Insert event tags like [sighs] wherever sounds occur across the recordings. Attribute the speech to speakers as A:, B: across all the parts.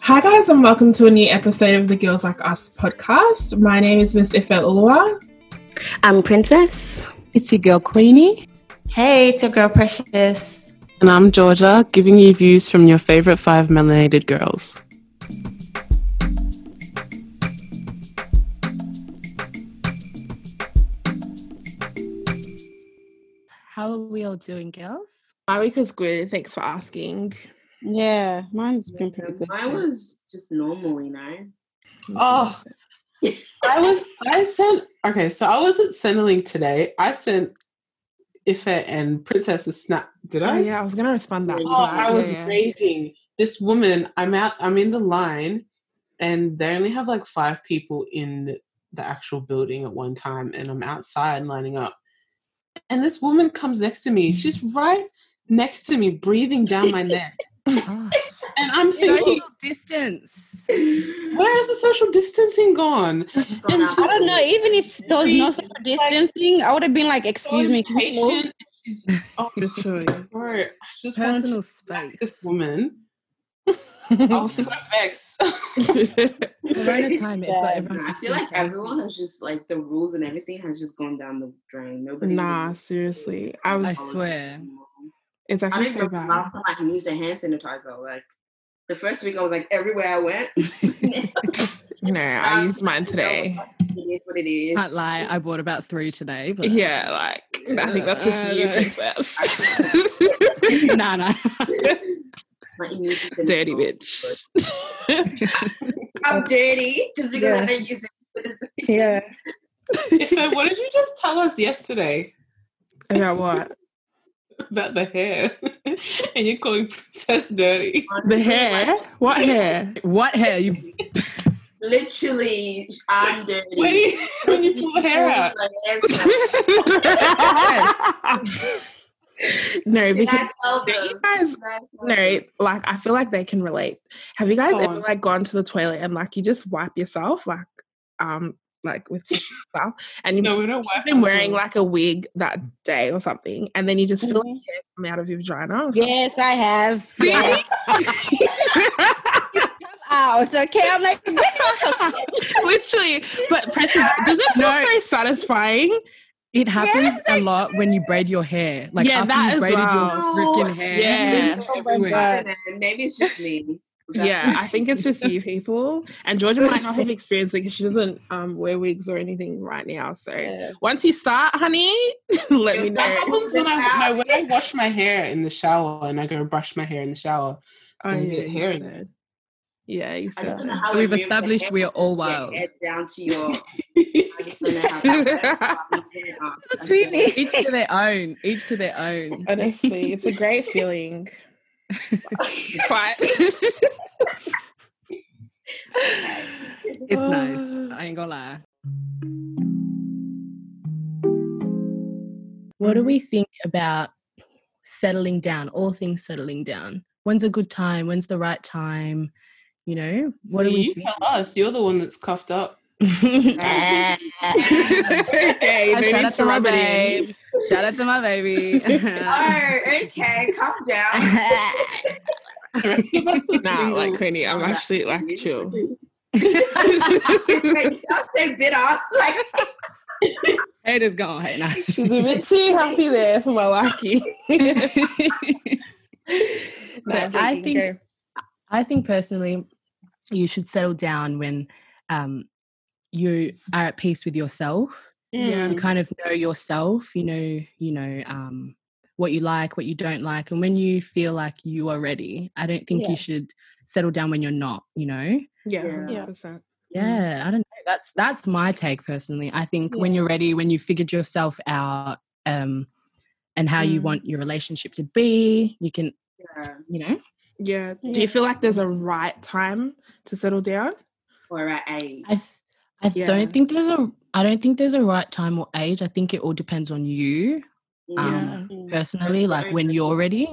A: Hi, guys, and welcome to a new episode of the Girls Like Us podcast. My name is Miss Ife Ulua.
B: I'm Princess.
C: It's your girl Queenie.
D: Hey, it's your girl Precious.
C: And I'm Georgia, giving you views from your favorite five melanated girls.
B: How are we all doing, girls?
A: My week was good. Thanks for asking.
D: Yeah, mine's been pretty good.
E: Mine
D: too.
E: was just normal,
A: [laughs]
E: you know.
C: Oh, I was, I sent, okay, so I wasn't Centrelink today. I sent Ife and Princess a snap. Did
A: Oh,
C: I?
A: yeah, I was going to respond that. to
C: Oh,
A: that.
C: I was
A: Yeah, yeah.
C: raging. This woman, I'm out, I'm in the line, and they only have like five people in the actual building at one time, and I'm outside lining up. And this woman comes next to me. She's right next to me, breathing down my neck. [laughs] And I'm thinking,
B: distance.
C: where is the social distancing gone?
E: Gone
C: I
E: out.
D: I don't know. Even if there was no
C: Please,
D: social distancing, I would have been like, "Excuse me, can you move?"
C: Patient. She's, oh,
A: [laughs] Good
E: [laughs]
A: choice.
C: sorry. I just wanted to
B: Personal
C: smack
B: space.
C: this woman. I was
B: [laughs]
C: so vexed.
E: [laughs]
B: Corona time is
D: Yeah,
B: got
E: I feel
B: everyone. acting
E: like
B: crazy.
E: everyone has just like the rules and everything has just gone down the drain. Nobody.
A: nah,
E: really-
A: seriously. I
B: I
A: was,
B: swear.
A: it's
E: I
A: actually
E: don't
A: so
E: remember the
A: bad.
E: last time I can use a hand sanitizer. Like the first week, I was like everywhere
A: [laughs]
E: I went. [laughs]
A: No, I used mine today.
E: It is what it is.
B: Can't lie, I bought about three today.
A: [laughs]
B: But
A: Yeah, like, I think that's just you,
B: Uh,
A: [laughs]
E: [laughs]
A: Princess.
B: [laughs] nah, nah.
E: My immune system. is
A: Dirty
E: strong.
A: bitch. [laughs]
E: I'm dirty just because
D: Yeah.
E: I didn't use it. [laughs]
D: Yeah.
C: Ife, what did you just tell us yesterday
A: About what?
C: about the hair? [laughs] and you're calling Princess dirty.
E: [laughs]
A: The hair? What hair?
B: [laughs] What hair? You
E: Literally, I'm dirty. [laughs]
C: When you, when you pull the hair out.
E: Like, everyone.
B: [laughs]
A: no,
E: Did
A: because
E: I tell
A: No, you
E: them?
C: [laughs]
A: guys-
E: Did I tell them?
A: no, like I feel like they can relate. Have you guys
C: Go
A: ever
C: on.
A: like gone to the toilet and like you just wipe yourself like um like with tissue and stuff and you've
C: No, we don't wipe.
A: been wearing like a wig that day or something and then you just feel like
D: Mhm.
A: hair come out of your vagina
D: [laughs]
A: or
D: Yes, I have. Yeah. [laughs] Come out. Oh, Okay. I'm like,
A: something. Literally, but precious does it feel
B: No.
A: so satisfying?
B: it happens a lot when you braid your hair. Like
A: Yeah,
B: after
A: that
B: you
A: as
B: braided
A: well.
B: your freaking hair.
A: Yeah.
B: it's
D: Oh my
B: everywhere.
D: God.
E: I don't know, Maybe it's just me.
A: [laughs]
E: [laughs]
A: Yeah, I think it's just you people. And Georgia might not have experienced it because she doesn't um, wear wigs or anything right now. So
D: yeah.
A: once you start, honey, [laughs] let me
E: Yes,
A: know.
C: That happens when I, no, when I wash my hair in the shower and I go brush my hair in the shower.
A: Oh,
C: and you
A: yeah,
C: get
A: you
C: hair in
A: said. Yeah, you
E: I just
A: said.
E: don't know how
B: We've
E: it really
B: established
E: affects
B: we are all
E: your
B: wild.
E: head down
A: [laughs]
E: to your. I just don't know how that
C: [laughs]
E: affects your head up.
B: Each to their own. Each to their [laughs] own.
A: [laughs] Honestly, it's a great feeling. Quite. [laughs]
B: It's [sighs] nice. I ain't gonna lie. What do we think about settling down? All things settling down. When's a good time? When's the right time? You know, what do we
C: you tell us. You're the one that's cuffed up.
B: think? [laughs]
A: okay, no
B: shout
A: need
B: out
A: to
B: to my
A: rub it in.
B: babe. Shout out to my baby.
E: Oh, okay, calm down.
A: [laughs]
E: [laughs]
C: The rest of us are
A: Nah,
C: single.
A: like Queenie, I'm
E: Oh, that-
A: actually like chill.
E: I'll say bitter. Like,
A: [laughs]
B: Haters gone. Hey, nah.
A: She's a bit too happy there for my lucky.
B: [laughs] But I think- I think personally, you should settle down when um, you are at peace with yourself
A: Yeah.
D: Mm,
B: you kind of know yourself you know you know um what you like what you don't like and when you feel like you are ready i don't think
D: Yeah.
B: you should settle down when you're not you know
A: yeah,
E: Yeah.
A: 100%.
B: yeah i don't know that's that's my take personally i think when you're ready when you figured yourself out um and how you
A: Mm.
B: want your relationship to be you can
E: yeah.
B: you know
A: Yeah. Do
D: Yeah.
A: you feel like there's a right time to settle down?
E: Or at eight.
B: i th- i
A: Yeah.
B: don't think there's a i don't think there's a right time or age i think it all depends on you
E: Yeah.
B: um personally like
E: very
B: when you're ready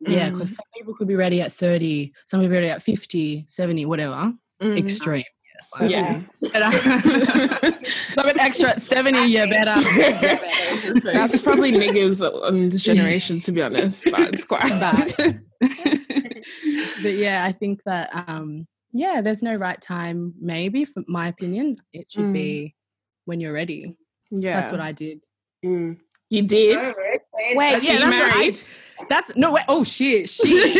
E: Mm-hmm.
B: Yeah,
A: Mm.
B: because some people could be ready at 30, some people ready at 50, 70, whatever.
A: Mm.
B: Extreme.
C: So-
A: Yeah.
B: But, uh, [laughs] Some an extra at 70, yeah, better.
A: [laughs]
B: [laughs]
A: That's probably niggas on this generation, to be [laughs] honest. But it's quite
B: Bad. but yeah, I think that um, yeah, there's no right time. Maybe, for my opinion, it should
C: Mm.
B: be when you're ready.
A: Yeah,
B: That's what I did.
C: Mm.
A: you
E: Mm-hmm.
A: did.
D: Wait,
A: yeah,
E: Wait,
B: you
A: that's what I-
B: married? That's no way. Oh shit! Shit.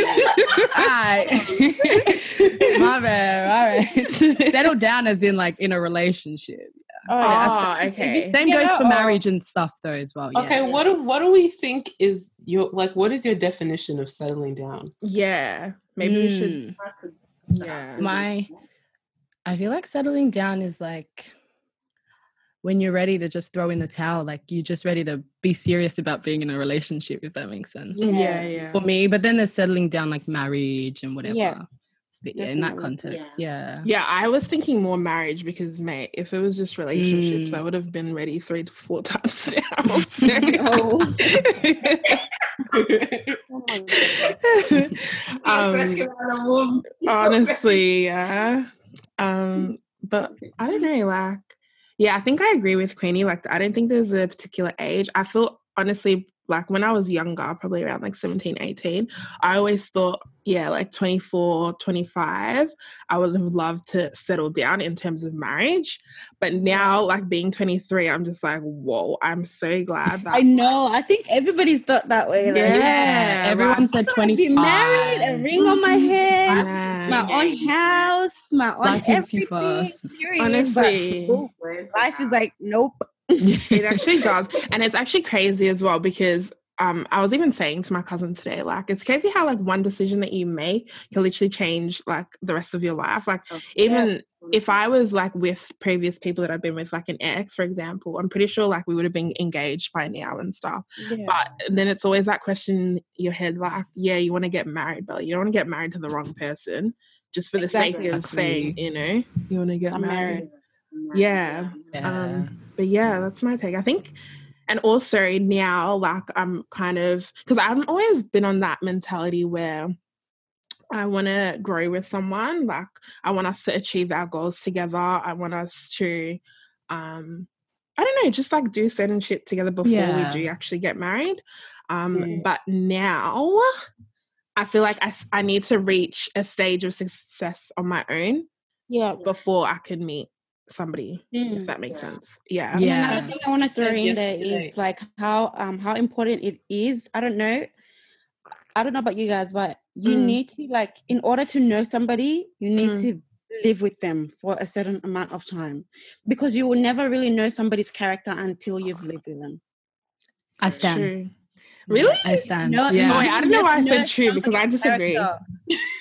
B: I, [laughs] my bad. [laughs] All right. Settle down, as in like in a relationship.
A: Oh,
B: that's-
A: okay. [laughs]
B: Same
D: Yeah,
B: goes for
D: oh.
B: marriage and stuff, though, as well. yeah.
C: Okay, what do what do we think is your like? What is your definition of settling down?
A: Yeah, maybe we should.
B: Mm.
A: Yeah,
B: My- I feel like settling down is like when you're ready to just throw in the towel, like you're just ready to be serious about being in a relationship, if that makes sense.
A: yeah, yeah.
B: For me, but then there's settling down like marriage and whatever.
D: Yeah,
B: But yeah, in that
D: definitely,
B: context, yeah.
A: Yeah, I was thinking more marriage because, mate, if it was just relationships,
B: Mm.
A: I would have been ready three to four times [laughs] now. So- [laughs]
D: Oh.
E: Oh my God.
A: [laughs]
E: Fresh
A: um,
E: came out of the womb.
A: [laughs] honestly, yeah. Um, but I don't know, like, yeah, I think I agree with Queenie. Like, I don't think there's a particular age. I feel honestly, like, when I was younger, probably around like 17, 18, I always thought, yeah, like 24, 25, I would have loved to settle down in terms of marriage. But now, like, being 23, I'm just like, whoa, I'm so [laughs] glad that
D: I know. I think everybody's thought that way. Like,
A: Yeah,
B: Yeah,
A: right.
B: everyone
D: [laughs]
B: said
D: I wanna
B: 25.
D: be married, a ring on my head,
A: Yeah.
D: my own house, my own
B: Life hits you
D: everything.
B: fast.
D: period.
A: Honestly.
D: But, ooh, life is like nope.
A: It [laughs]
B: [laughs]
A: actually does. And it's actually crazy as well because um, I was even saying to my cousin today, like, it's crazy how, like, one decision that you make can literally change, like, the rest of your life. Like, even if I was, like, with previous people that I've been with, like an ex, for example, I'm pretty sure, like, we would have been engaged by now and stuff.
D: Yeah.
A: But then it's always that question in your head, like, yeah, you want to get married, but you don't want to get married to the wrong person just for the sake of
B: Exactly.
A: saying, you know, you want to get
D: I'm
A: married.
D: married.
A: Yeah. Um, but yeah, that's my take. I think, and also now, like, I'm kind of because I've always been on that mentality where I want to grow with someone. Like, I want us to achieve our goals together. I want us to, um, I don't know, just like do certain shit together before
B: Yeah.
A: we do actually get married. Um,
C: Mm.
A: but now. I feel like I, s- I need to reach a stage of success on my own
D: Yeah.
A: before I can meet somebody if that makes
E: Yeah.
A: sense. Mm. Yeah.
B: Yeah.
D: And Another thing I want to
C: Says
D: throw in there
C: yesterday.
D: is like how um how important it is. I don't know. I don't know about you guys, but you
A: Mm.
D: need to like in order to know somebody, you need
A: Mm.
D: to live with them for a certain amount of time because you will never really know somebody's character until you've lived with them.
B: I stand.
A: True. Really?
B: I stand.
D: No,
B: yeah.
A: Oh, wait, I don't know
D: You
A: why I
D: never
A: said
D: know
A: true because I
D: somebody's
A: disagree.
D: character.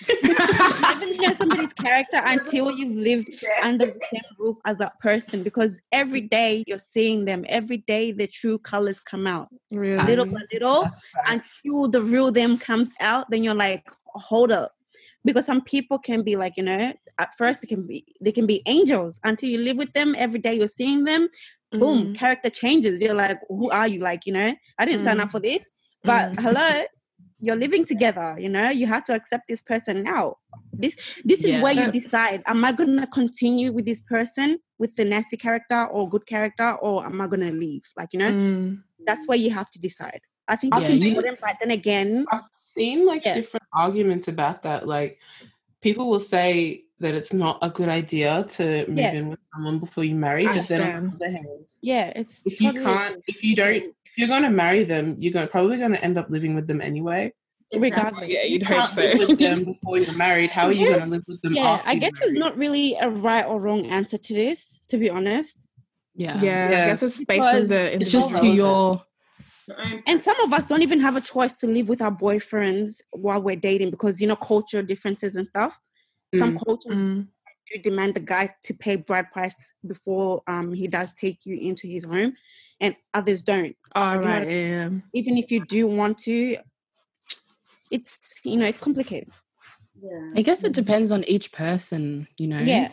D: [laughs] You never know somebody's character until you've lived under the same roof as that person because every day you're seeing them, every day the true colors come out
A: Really?
D: little by little
C: That's facts.
D: until the real them comes out. Then you're like, hold up, because some people can be like, you know, at first they can be they can be angels until you live with them every day. You're seeing them,
C: Mm-hmm.
D: boom,
A: Mm,
D: character changes. You're like, who are you? Like, you know, I didn't sign
C: Mm-hmm.
D: up for this, but
A: mm.
D: hello. You're living together, you know. You have to accept this person now. This this is
B: Yeah.
D: where
A: So-
D: you decide: Am I gonna continue with this person with the nasty character or good character, or am I gonna leave? Like you know,
A: Mm.
D: that's where you have to decide. I think
C: I
D: it's
C: think-
D: important, but then again,
C: I've seen like
D: Yeah.
C: different arguments about that. Like people will say that it's not a good idea to move
D: Yeah.
C: in with someone before you marry,
A: I
C: but then on
A: understand.
C: the other hand,
D: yeah, it's
C: if you
D: totally
C: can't, if you don't, if you're going to marry them, you're going probably going to end up living with them anyway.
D: regardless.
A: Yeah, you'd
C: You
A: hope
C: can't
D: [laughs]
C: live
A: so. [laughs]
C: with them before you're married. How are you going to live with them?
D: Yeah,
C: after
D: I
C: you're
D: guess there's
C: married?
D: not really a right or wrong answer to this, to be honest.
B: yeah.
A: Yeah, I
C: Yeah.
A: guess it's based on
D: Because
A: the
B: It's just to
A: individual.
B: your
D: And some of us don't even have a choice to live with our boyfriends while we're dating because you know cultural differences and stuff. Some cultures
A: Mm,
D: do demand the guy to pay bride price before um he does take you into his home, and others don't.
A: All
D: You know-
A: right. Yeah.
D: Even if you do want to, it's you know it's complicated.
B: I guess it depends on each person, you know.
D: Yeah,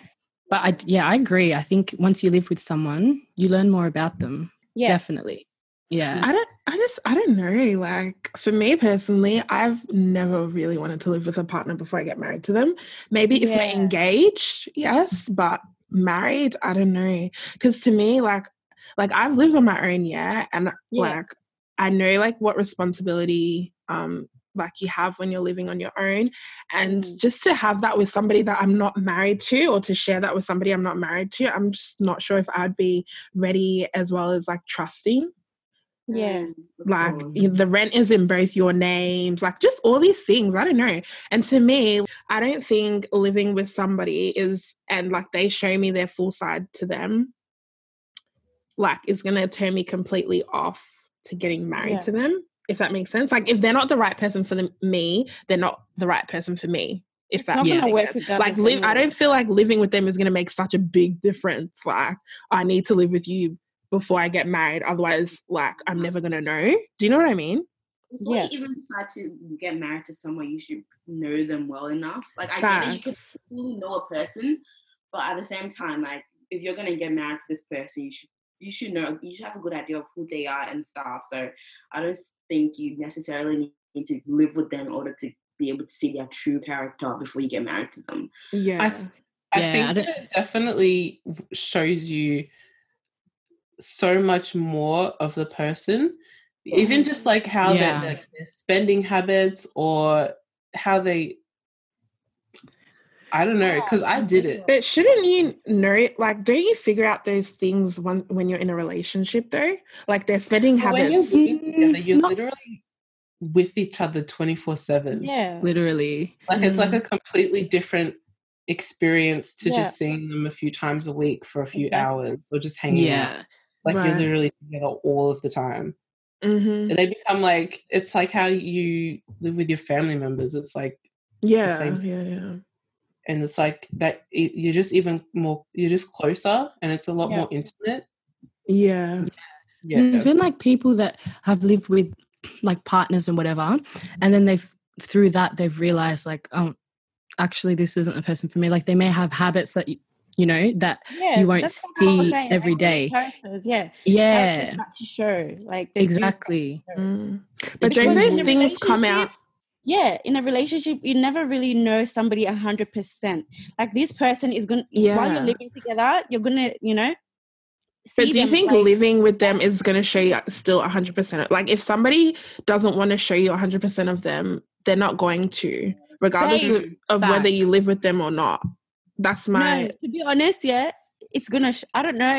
B: But I yeah, I agree. I think once you live with someone, you learn more about them.
D: yeah.
B: Definitely. Yeah.
A: I don't. I just. I don't know. Like for me personally, I've never really wanted to live with a partner before I get married to them. Maybe if
D: Yeah.
A: we're engaged, yes, but married, I don't know. Because to me, like, like I've lived on my own, yeah, and
D: Yeah.
A: like I know like what responsibility um like you have when you're living on your own and
D: Mm.
A: just to have that with somebody that I'm not married to or to share that with somebody I'm not married to I'm just not sure if I'd be ready as well as like trusting
D: Yeah.
E: Of
A: like
D: Oh.
E: course.
A: y- the rent is in both your names like just all these things i don't know and to me i don't think living with somebody is and like they show me their full side to them like is going to turn me completely off to getting married
D: Yeah.
A: to them if that makes sense like if they're not the right person for the, me they're not the right person for me if
D: it's
A: that
D: not
A: makes
D: gonna
A: sense
D: work regardless.
A: like live i
D: anyway.
A: don't feel like living with them is going to make such a big difference like i need to live with you before i get married otherwise like i'm never going to know do you know what i mean
E: Before
D: Yeah.
E: you even decide to get married to someone, you should know them well enough. Like I get it, you can
A: Facts.
E: fully know a person, but at the same time, like if you're gonna get married to this person, you should you should know you should have a good idea of who they are and stuff. So I don't think you necessarily need to live with them in order to be able to see their true character before you get married to them.
A: yeah
C: I, th- I
B: Yeah,
C: think
B: I don't-
C: that it definitely shows you so much more of the person, even just like how they-
B: Yeah.
C: like their spending habits or how they. I don't know because I did it.
A: but shouldn't you know like don't you figure out those things when when you're in a relationship though like their spending
C: But when you're
A: habits
C: living together, you're
A: Not-
C: literally with each other twenty four seven.
D: Yeah.
B: literally.
C: Like it's like
B: Mm.
C: a completely different experience to
D: Yeah.
C: just seeing them a few times a week for a few
D: Exactly.
C: hours or just hanging out.
B: yeah.
C: Like you're
A: Right.
C: literally together all of the time.
A: Mhm.
C: they become like it's like how you live with your family members it's like
A: yeah
C: same-
A: yeah yeah
C: and it's like that it, you're just even more you're just closer and it's a lot
D: Yeah.
C: more intimate
A: yeah
C: yeah
B: There's been like people that have lived with like partners and whatever, and then they've through that they've realized like, um, actually this isn't the person for me. Like they may have habits that you, you know that
D: Yeah.
B: you won't
D: that's what I was
B: see
D: saying,
B: every
D: like,
B: day.
D: Characters, yeah. Characters
B: Yeah,
D: start to show. Like they do start to
B: exactly.
A: Mm.
B: The
A: but don't
D: Because
B: truth.
A: those
D: in a
A: things come
D: relationship,
A: out
D: yeah in a relationship you never really know somebody 100% like this person is gonna while
A: Yeah.
D: you're living together you're gonna you know
A: But do you
D: them,
A: think
D: like-
A: living with them is going to show you still 100%? Like, if somebody doesn't want to show you 100% of them, they're not going to, regardless of,
E: Babe,
A: of whether you live
B: facts.
A: with them or not. That's
D: no
A: my.
D: to be honest yeah it's gonna sh- i don't know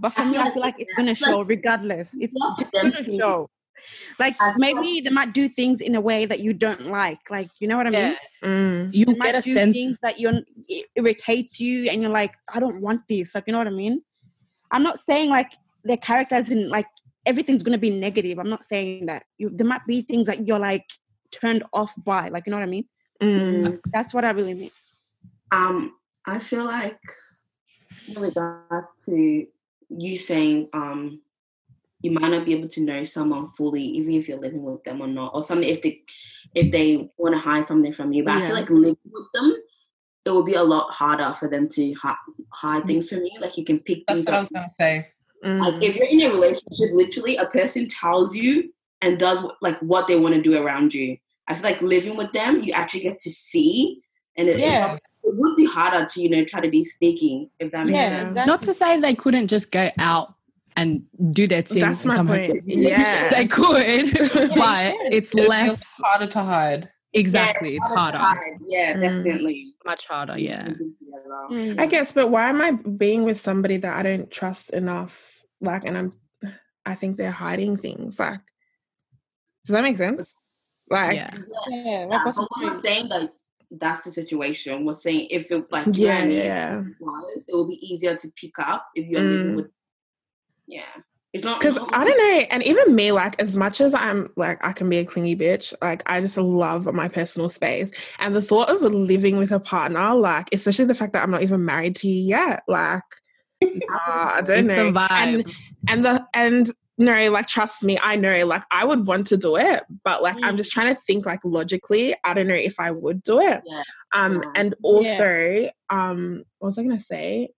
D: but for
E: I
D: me
E: feel
D: i
E: like
D: feel like it's
E: it's
D: gonna
E: like-
D: show regardless it's
E: love
D: just
E: them
D: gonna
E: too.
D: show like
E: I feel
D: maybe they might do things in a way that you don't like like you know what i mean
B: Yeah,
A: Mm.
B: you
D: they
B: get
D: might
B: a
D: do
B: sense.
D: things that you're it irritates you and you're like i don't want this like you know what i mean i'm not saying like their characters and like everything's going to be negative i'm not saying that you there might be things that you're like turned off by like you know what i mean
A: Mm.
E: Mm.
D: that's what i really mean
E: Um, I feel like in regard to you saying um you might not be able to know someone fully even if you're living with them or not or something if they if they want to hide something from you but i
A: Yeah.
E: feel like living with them it will be a lot harder for them to hi- hide things from you like you can pick
C: Mm. that's
E: things
C: what i was
E: up
C: gonna say
E: like
A: Mm.
E: if you're in a relationship literally a person tells you and does wh- like what they want to do around you i feel like living with them you actually get to see and it,
D: Yeah.
E: it would be harder to you know try to be sneaky if that makes
A: Yeah.
D: yeah,
E: sense
D: exactly
B: Not to say they couldn't just go out and do their thing
A: That's
B: and
A: my
B: come home.
A: point.
B: [laughs]
A: Yeah.
B: They could,
D: you
B: [laughs] but
D: can.
B: it's
C: It'll be a lot
B: less
C: harder to hide
B: exactly.
E: yeah,
B: it's Mm-hmm.
E: harder to
B: harder,
E: hide. yeah
A: Mm.
E: definitely
B: much harder. Yeah,
D: Mm.
A: I guess, but why am I being with somebody that I don't trust enough? Like, and I'm. I think they're hiding things. Like, does that make sense? Like,
B: yeah.
D: yeah like
E: Yeah,
D: what's
E: but
D: the
E: we're not
D: point
E: saying that that's the situation. We're saying if it like you know what
A: yeah,
E: I mean,
A: yeah.
E: if it was, it will be easier to pick up if you're
A: Mm.
E: living with. Yeah, it's not
A: Because
E: not-
A: I don't know, and even me, like, as much as I'm like, I can be a clingy bitch, like, I just love my personal space. And the thought of living with a partner, like, especially the fact that I'm not even married to you yet,
B: [laughs]
A: like, nah, I don't
B: It's
A: know.
B: a vibe.
A: And, and the, and no, like, trust me, I know, like, I would want to do it, but like, I'm
D: Mm.
A: just trying to think, like, logically, I don't know if I would do it.
E: Yeah,
A: Um,
E: Yeah.
A: and also, um, what was I gonna say?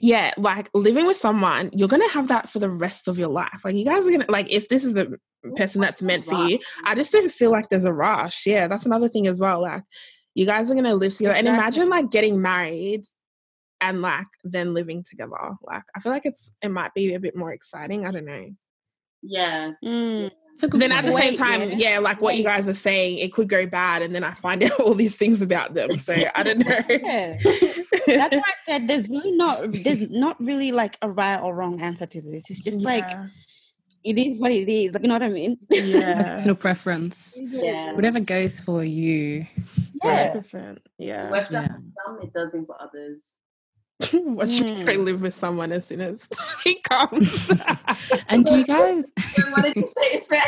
A: yeah, like living with someone, you're gonna have that for the rest of your life. Like you guys are gonna like if this is the person that's meant for you. I just don't feel like there's a rush. Yeah, that's another thing as well. Like you guys are gonna live together, and
D: Exactly.
A: imagine like getting married and like then living together. Like I feel like it's it might be a bit more exciting. I don't know.
E: yeah.
D: Mm.
B: It's a good
A: Then at the
B: point.
A: same
D: Wait,
A: time,
D: yeah.
A: yeah, like what you
D: Wait.
A: guys are saying, it could go bad, and then I find [laughs] out all these things about them. So I don't know.
B: [laughs]
D: Yeah. That's why I said there's really not there's not really like a right or wrong answer to this. It's just like
A: Yeah.
D: it is what it is. Like you know what I mean?
A: [laughs] yeah.
B: personal preference.
E: Yeah.
B: Whatever goes for you.
D: Yeah.
A: 100%.
E: It
A: Yeah.
E: works out
B: Yeah.
E: for some, it doesn't for [laughs] others.
A: Watch you go
D: Mm.
A: live with someone as soon as [laughs] he comes.
B: And do you guys
E: So what did you say, [laughs] Fred?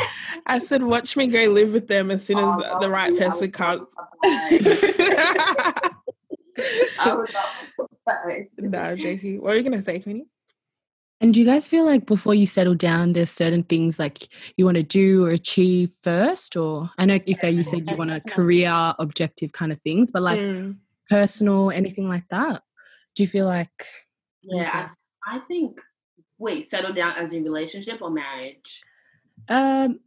A: I said, watch me go live with them as soon as
E: Oh,
A: the right
E: I
A: person
E: would not
A: comes.
E: be
A: [laughs]
E: [laughs] surprised. I would not be surprised.
A: no, Jakey. What are you going to say, Queenie?
B: and do you guys feel like before you settle down there's certain things like you want to do or achieve first or I know if they you said you want a career objective kind of things, but like
A: Mm.
B: personal, anything like that. Do you feel like
E: [laughs] Yeah, I, I think. Wait, settle down as in relationship or marriage?
B: um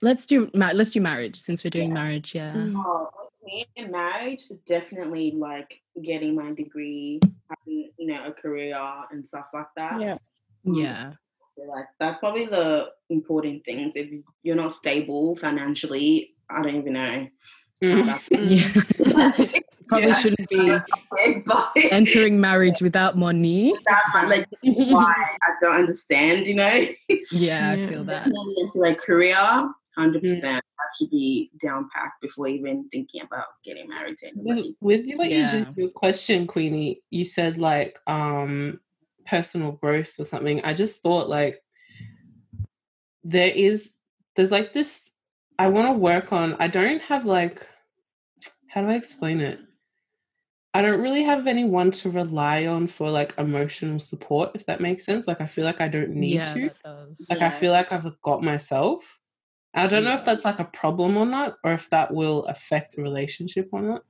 B: let's do ma- let's do marriage since we're doing marriage, yeah.
A: Mm.
E: Oh, with me in marriage, definitely like getting my degree, having you know a career and stuff like that.
D: Yeah.
B: Yeah.
E: So like that's probably the important things. If you're not stable financially, I don't even know. [laughs]
C: Mm.
A: Mm.
B: Yeah. Probably
E: Yeah.
B: shouldn't be
E: [laughs] but
B: entering marriage without money.
E: that might, like why I don't understand, you know.
B: Yeah, I
A: Yeah.
E: [laughs]
B: feel that.
E: Definitely into like career, hundred percent. That should be down packed before even thinking about getting married to
C: With,
E: anybody.
C: with what you
B: Yeah.
C: just your question, Queenie, you said like um personal growth or something. I just thought like there is there's like this I want to work on. I don't have like how do I explain it? I don't really have anyone to rely on for like emotional support, if that makes sense. Like I feel like I don't need
B: yeah,
C: to.
B: that does.
C: Like I
E: Yeah.
C: feel like I've got myself. I don't know if
B: Yeah.
C: that's like a problem or not, or if that will affect a relationship or not.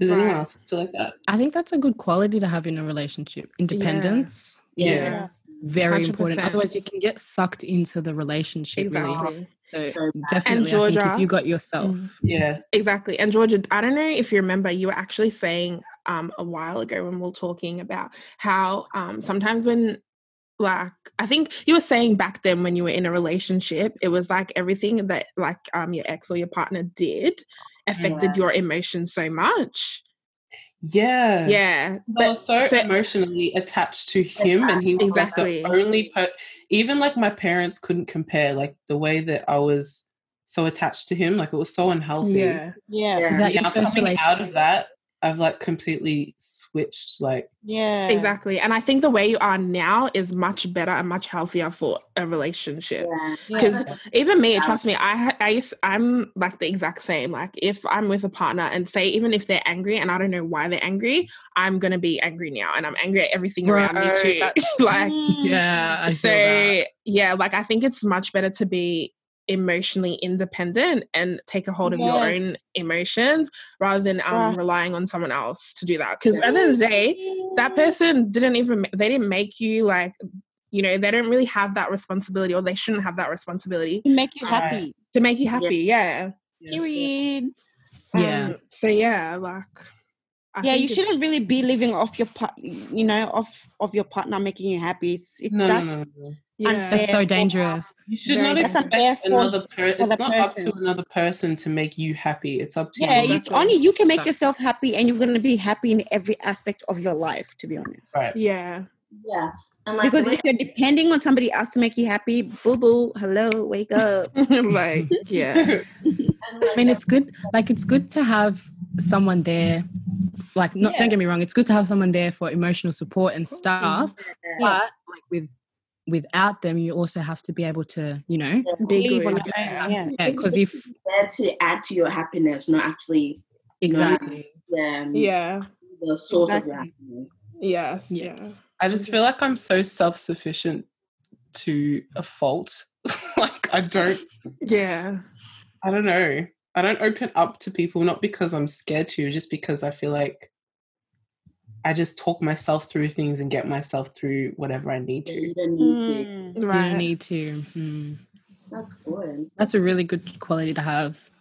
C: Does anyone
A: Right.
C: else feel like that?
B: I think that's a good quality to have in a relationship. Independence is
C: Yeah.
A: Yeah.
B: very important.
A: 100%.
B: Otherwise, you can get sucked into the relationship, really.
A: Exactly.
B: So,
E: So bad.
B: definitely, I think if
A: Georgia-
B: you got yourself,
A: Mm.
C: Yeah.
A: Exactly. And Georgia, I don't know if you remember, you were actually saying um, a while ago when we were talking about how um, sometimes when like I think you were saying back then when you were in a relationship, it was like everything that like um your ex or your partner did affected your emotions so much.
C: Yeah.
A: Yeah.
C: I was so,
A: so-
C: emotionally attached to him, and he was
A: Exactly.
C: like the only per- even like my parents couldn't compare like the way that I was so attached to him. Like it was so unhealthy.
A: Yeah.
D: Yeah.
E: Yeah.
B: is that your
C: Now
B: first
C: coming
B: relationship?
C: out of that, I've like completely switched. Like
D: Yeah.
A: Exactly. And I think the way you are now is much better and much healthier for a relationship.
E: Yeah.
D: Yeah.
A: because even me
E: Yeah.
B: um,
A: trust me i ha- i used i'm like the exact same like if i'm with a partner and say even if they're angry and i don't know why they're angry i'm gonna be angry now and i'm angry at everything around me too
B: Right.
A: [laughs] like
D: Mm.
B: Yeah, I
A: so
B: feel that.
A: yeah like i think it's much better to be emotionally independent and take a hold of your
D: Yes.
A: own emotions rather than um
D: Right.
A: relying on someone else to do that because at the end of the day that person didn't even ma- they didn't make you like you know they don't really have that responsibility or they shouldn't have that responsibility
D: to make you
C: Right.
D: happy.
A: to make you happy yeah,
D: Period.
B: Yeah.
A: Um, so yeah like I
D: yeah,
A: think
D: you
A: it's-
D: shouldn't really be living off your part, you know, off of your partner making you happy. It's, it,
C: no, no,
D: that's
C: no, no, no.
A: yeah
B: That's
D: unfair
B: so
D: for-
B: dangerous.
C: You should
A: Very
C: not
A: dangerous.
C: expect
D: That's unfair for-
C: another person.
D: for the
C: It's not up to
D: person.
C: another person to make you happy. It's up to
D: Yeah,
C: you.
D: you
A: Exactly.
D: only you can make
B: Exactly.
D: yourself happy, and you're gonna be happy in every aspect of your life. To be honest,
C: Right.
A: yeah
E: Yeah. And like
D: because
E: the
D: if
E: way
D: you're depending on somebody else to make you happy, boo boo, hello, wake up.
A: like yeah
E: and like
B: I mean,
E: the-
B: it's good. Like, it's good to have someone there. Like, not don't
D: Yeah.
B: get me wrong. It's good to have someone there for emotional support and stuff.
E: yeah,
D: Yeah.
B: But like with without them, you also have to be able to, you know,
E: yeah.
A: be
D: Leave on
A: good
D: your own. Yeah.
E: [laughs]
B: yeah. Because
D: [laughs]
B: if
E: there to add to your happiness, not actually
B: exactly,
E: yeah,
A: yeah
E: the source of your
D: Exactly.
E: happiness.
A: yes
B: Yeah.
A: yeah
C: I just feel like I'm so self sufficient to a fault. [laughs] like I don't
A: yeah
C: I don't know. I don't open up to people not because I'm scared to, just because I feel like I just talk myself through things and get myself through whatever I need
E: Yeah, you
C: to.
E: don't need to.
D: Mm.
B: you don't
A: right
B: need to. Mm.
E: Hmm. That's good.
B: That's a really good quality to have. [laughs]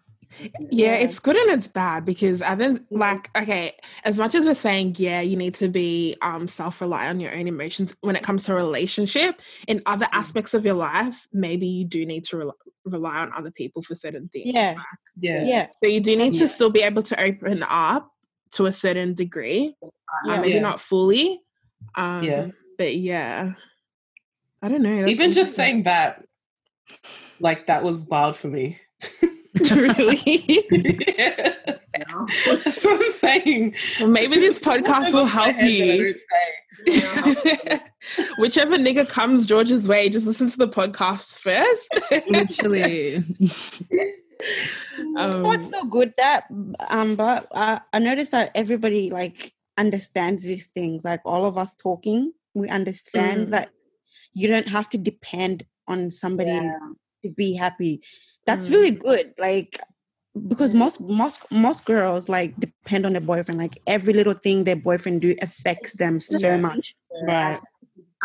A: Yeah, it's good and it's bad because I think like okay, as much as we're saying, yeah, you need to be um self-reliant on your own emotions when it comes to a relationship, in other aspects of your life, maybe you do need to rel- rely on other people for certain things.
D: Yeah.
C: Yeah.
D: Yeah.
A: So you do need
C: Yeah.
A: to still be able to open up to a certain degree.
D: Yeah.
A: Um, maybe
C: Yeah.
A: not fully. Um
C: Yeah.
A: but yeah. I don't know. that's
C: Even just
A: interesting.
C: saying that, like that was wild for me. [laughs]
D: [laughs]
A: really.
E: No.
C: That's what I'm saying.
A: Well, [laughs] maybe
C: [laughs]
A: this podcast will
C: My
A: help
C: head that I
A: you.
C: [laughs] don't say.
A: [laughs]
E: No.
A: Whichever nigga comes George's way, just listen to the podcast
C: [laughs]
A: first. [laughs]
B: Literally.
A: Um,
D: What's so good that um, but I, I noticed that everybody like understands these things. Like all of us talking, we understand
A: Mm.
D: that you don't have to depend on somebody to be happy. That's
A: Mm.
D: really good. Like because
A: Mm.
D: most most most girls like depend on their boyfriend. Like every little thing their boyfriend do affects them so
E: Yeah.
D: much.
C: Right.
E: uh,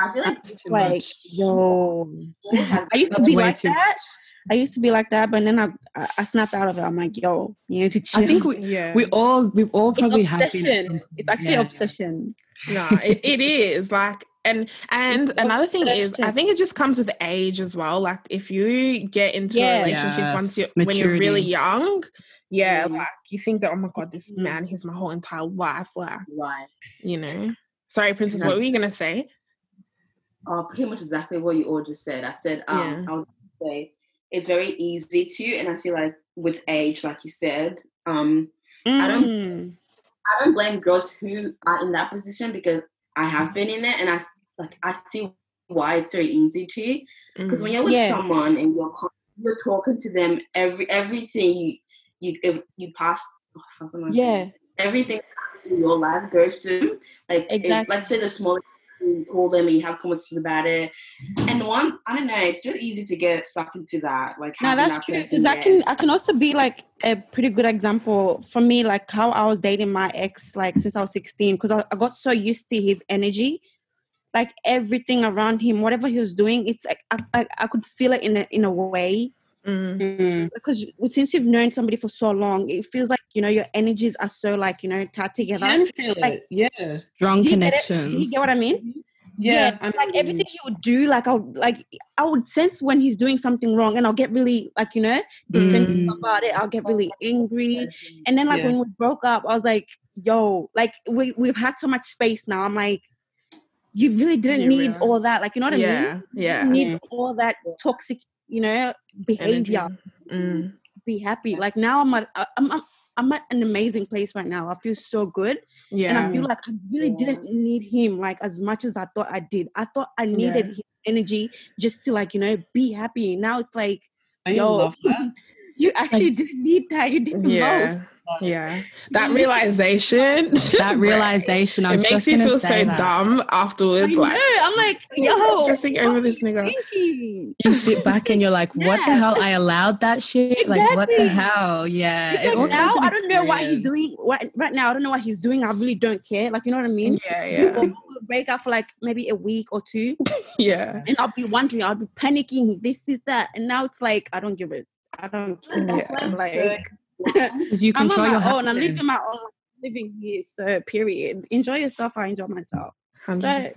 E: I feel like
B: That's too
D: like
B: much.
D: yo,
E: all have
D: I used to
B: That's
D: be
B: way
D: like
B: too
D: that. I used to be like that, but then I I, I snapped out of it. I'm like, yo, you need to chill.
B: I think we
A: yeah.
B: we all we all probably
D: it's
B: have been. at some
D: obsession.
B: point.
D: It's actually
B: Yeah.
D: obsession.
A: no, it, it is like and and
D: It's
A: another thing is I
D: obsession.
A: think it just comes with age as well. Like if you get into
D: Yeah.
A: a relationship once you
B: Yes,
A: when you're really
B: maturity.
A: young, yeah,
E: Mm.
A: like you think that oh my god, this
D: Mhm.
A: man, he's my whole entire life, like
E: life.
A: you know. Sorry, princess,
B: Yeah.
A: what were you gonna say?
E: Oh, pretty much exactly what you all just said. I said, um,
A: Yeah.
E: I was gonna say it's very easy to, and I feel like with age, like you said, um, I don't-
D: Mm.
E: I don't blame girls who are in that position because I have been in it, and I s- like I see why it's so easy to. Because when you're with
D: Mm-hmm. Yeah.
E: someone and you're con- you're talking to them every everything you you if you pass oh, something like
D: Yeah.
E: everything that happens in your life goes to them. Like if,
D: Exactly.
E: let's say the smallest you call them and you have conversations about it. And one I don't know, it's really easy to get sucked into that. Like
D: No,
E: having
D: that's
E: that
D: true.
E: person
D: Because I
E: there.
D: can I can also be like a pretty good example for me, like how I was dating my ex like since I was 16, because I, I got so used to his energy. Like everything around him, whatever he was doing, it's like I, I, I could feel it in a in a way.
A: Mm,
C: Mm,
D: Because since you've known somebody for so long, it feels like you know your energies are so like you know tied
C: you
D: together.
C: can feel it.
D: Like-
C: Yeah.
B: Strong
D: Do you get it? Do you
B: connections.
D: get what I mean?
C: Yeah. I know
D: like
C: what you
D: everything he would do, like I would like I would sense when he's doing something wrong, and I'll get really like you know defensive
B: Mm.
D: about it. I'll get really angry, and then like
C: Yeah.
D: when we broke up, I was like, "Yo, like we we've had so much space now." I'm like, "You really didn't
A: You
D: need
A: realize.
D: all that, like you know what I mean?
A: yeah,
D: You
A: yeah.
D: didn't need
C: Mm.
D: all that toxic, you know,
A: Energy.
D: behavior.
A: Mm,
D: Be happy. Like now, I'm at uh, I'm I'm, I'm at an amazing place right now. I feel so good." and I
A: yeah.
D: feel like I really
E: Yeah.
D: didn't need him like as much as I thought I did. I thought I
A: Yeah.
D: needed his energy just to like you know be happy. Now it's like
C: I
D: Yo.
C: love that.
D: you actually [laughs] didn't need that. You did the
A: Yeah.
D: most.
A: Yeah. That
D: literally-
A: realization. [laughs]
D: [laughs]
B: That
A: bruh,
B: realization. I
A: It
B: was
A: makes
B: just
A: you
B: gonna
A: feel
B: say
A: so
B: that.
A: dumb
D: I
A: afterwards.
D: know.
A: Like, [laughs]
D: I'm like yo.
A: obsessing
D: what
A: over
D: were
A: this
D: you
A: nigga.
D: thinking?
B: You sit back and
D: [laughs]
B: you're like, what the
D: Yeah.
B: hell? I allowed that shit. Like, what the
D: Exactly.
B: hell? Yeah.
D: It's
B: It all
D: like now
B: comes with
D: I don't know what he's
B: experience.
D: doing. What, right now I don't know what he's doing. I really don't care. Like you know what I mean.
A: Yeah,
D: Before
A: yeah.
D: we break up for like maybe a week or two,
A: [laughs] Yeah.
D: and I'll be wondering, I'll be panicking, this is that, and now it's like I don't give it. I don't
E: I feel like
D: care.
E: that's why it's
D: Like
E: so
B: Because you
D: I'm
B: control
D: on
B: your
D: my own. I'm
B: happiness.
D: living my own. life, Living here, so period. Enjoy yourself. I enjoy myself.
A: 100%.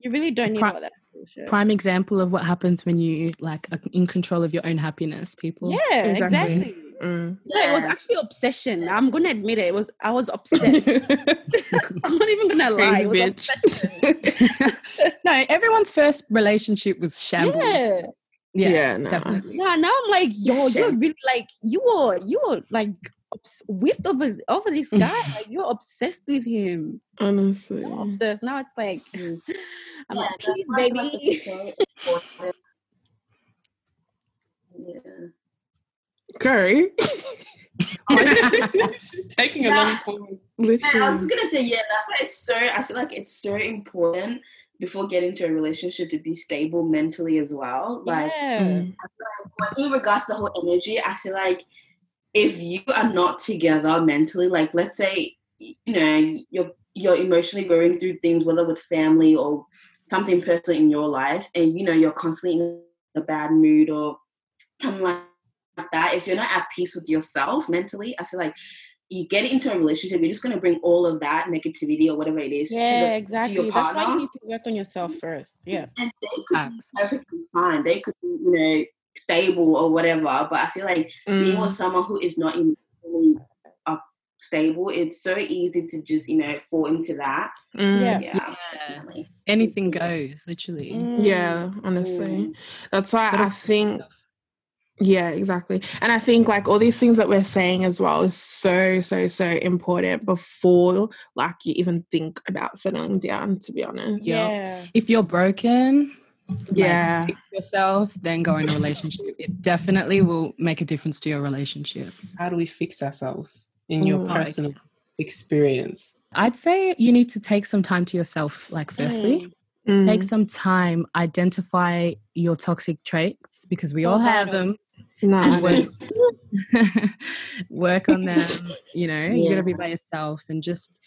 D: You really don't need
B: Pri-
D: all that bullshit.
B: Prime example of what happens when you like are in control of your own happiness, people.
D: yeah,
A: Exactly.
D: exactly.
A: Mm.
D: No, it was
E: Yeah.
D: actually obsession. I'm gonna admit it. It was I was
B: [laughs]
D: obsessed. [laughs] I'm not even gonna
A: Crazy
D: lie. It was
A: bitch.
D: obsession.
B: [laughs] no, everyone's first relationship was shambles.
D: Yeah.
B: Yeah,
A: Yeah, no.
B: definitely.
D: Nah, now I'm like, yo,
A: Shit.
D: you're really like you were you were like obs- whipped over over this guy. like you're obsessed with him.
A: Honestly.
D: Not obsessed. Now it's like [laughs] I'm
E: Yeah,
D: like, please,
E: that's why
D: [laughs]
E: I feel like
D: baby.
E: it's so important. Yeah.
A: [laughs] Go.
C: She's taking a
E: Yeah.
C: long pause.
E: Yeah, I was
A: Literally.
E: just gonna say, yeah, that's why it's so. I feel like it's so important before getting to a relationship to be stable mentally as well. Like,
D: Yeah.
A: Mm.
E: like, in regards to the whole energy, I feel like if you are not together mentally, like let's say you know you're you're emotionally going through things, whether with family or something personal in your life, and you know you're constantly in a bad mood or kind of like like that, if you're not at peace with yourself mentally, I feel like you get into a relationship, you're just going to bring all of that negativity or whatever it is
D: yeah,
E: to, the, to
D: exactly.
E: your
D: That's
E: partner.
D: why you need to work on yourself first. Yeah.
E: and they could
B: Facts.
E: be perfectly fine. They could be, you know, stable or whatever. But I feel like
B: mm,
E: being
A: Mm.
E: with someone who is not emotionally up stable, it's so easy to just, you know, fall into that.
B: mm.
D: Yeah.
E: Yeah.
B: Yeah.
E: definitely.
B: Anything goes, literally.
D: Mm.
A: Yeah, honestly.
E: Mm.
A: That's why
B: Gotta
A: I think
B: yourself.
A: yeah, exactly. And I think like all these things that we're saying as well is so so so important before like you even think about settling down to be honest.
B: Yeah.
D: Yeah.
B: If you're broken,
A: Yeah.
B: like, fix yourself, then go in a relationship. It definitely will make a difference to your relationship.
C: How do we fix ourselves in your
A: Mm.
B: Oh,
C: personal experience?
B: I'd say you need to take some time to yourself, like, firstly.
D: Mm.
A: Mm.
B: Take some time, identify your toxic traits because we
D: So
B: all have
D: vital.
B: them
A: no,
B: and
A: I
B: work,
A: don't.
B: [laughs] work on them. You know, you got to be
E: Yeah.
B: by yourself and just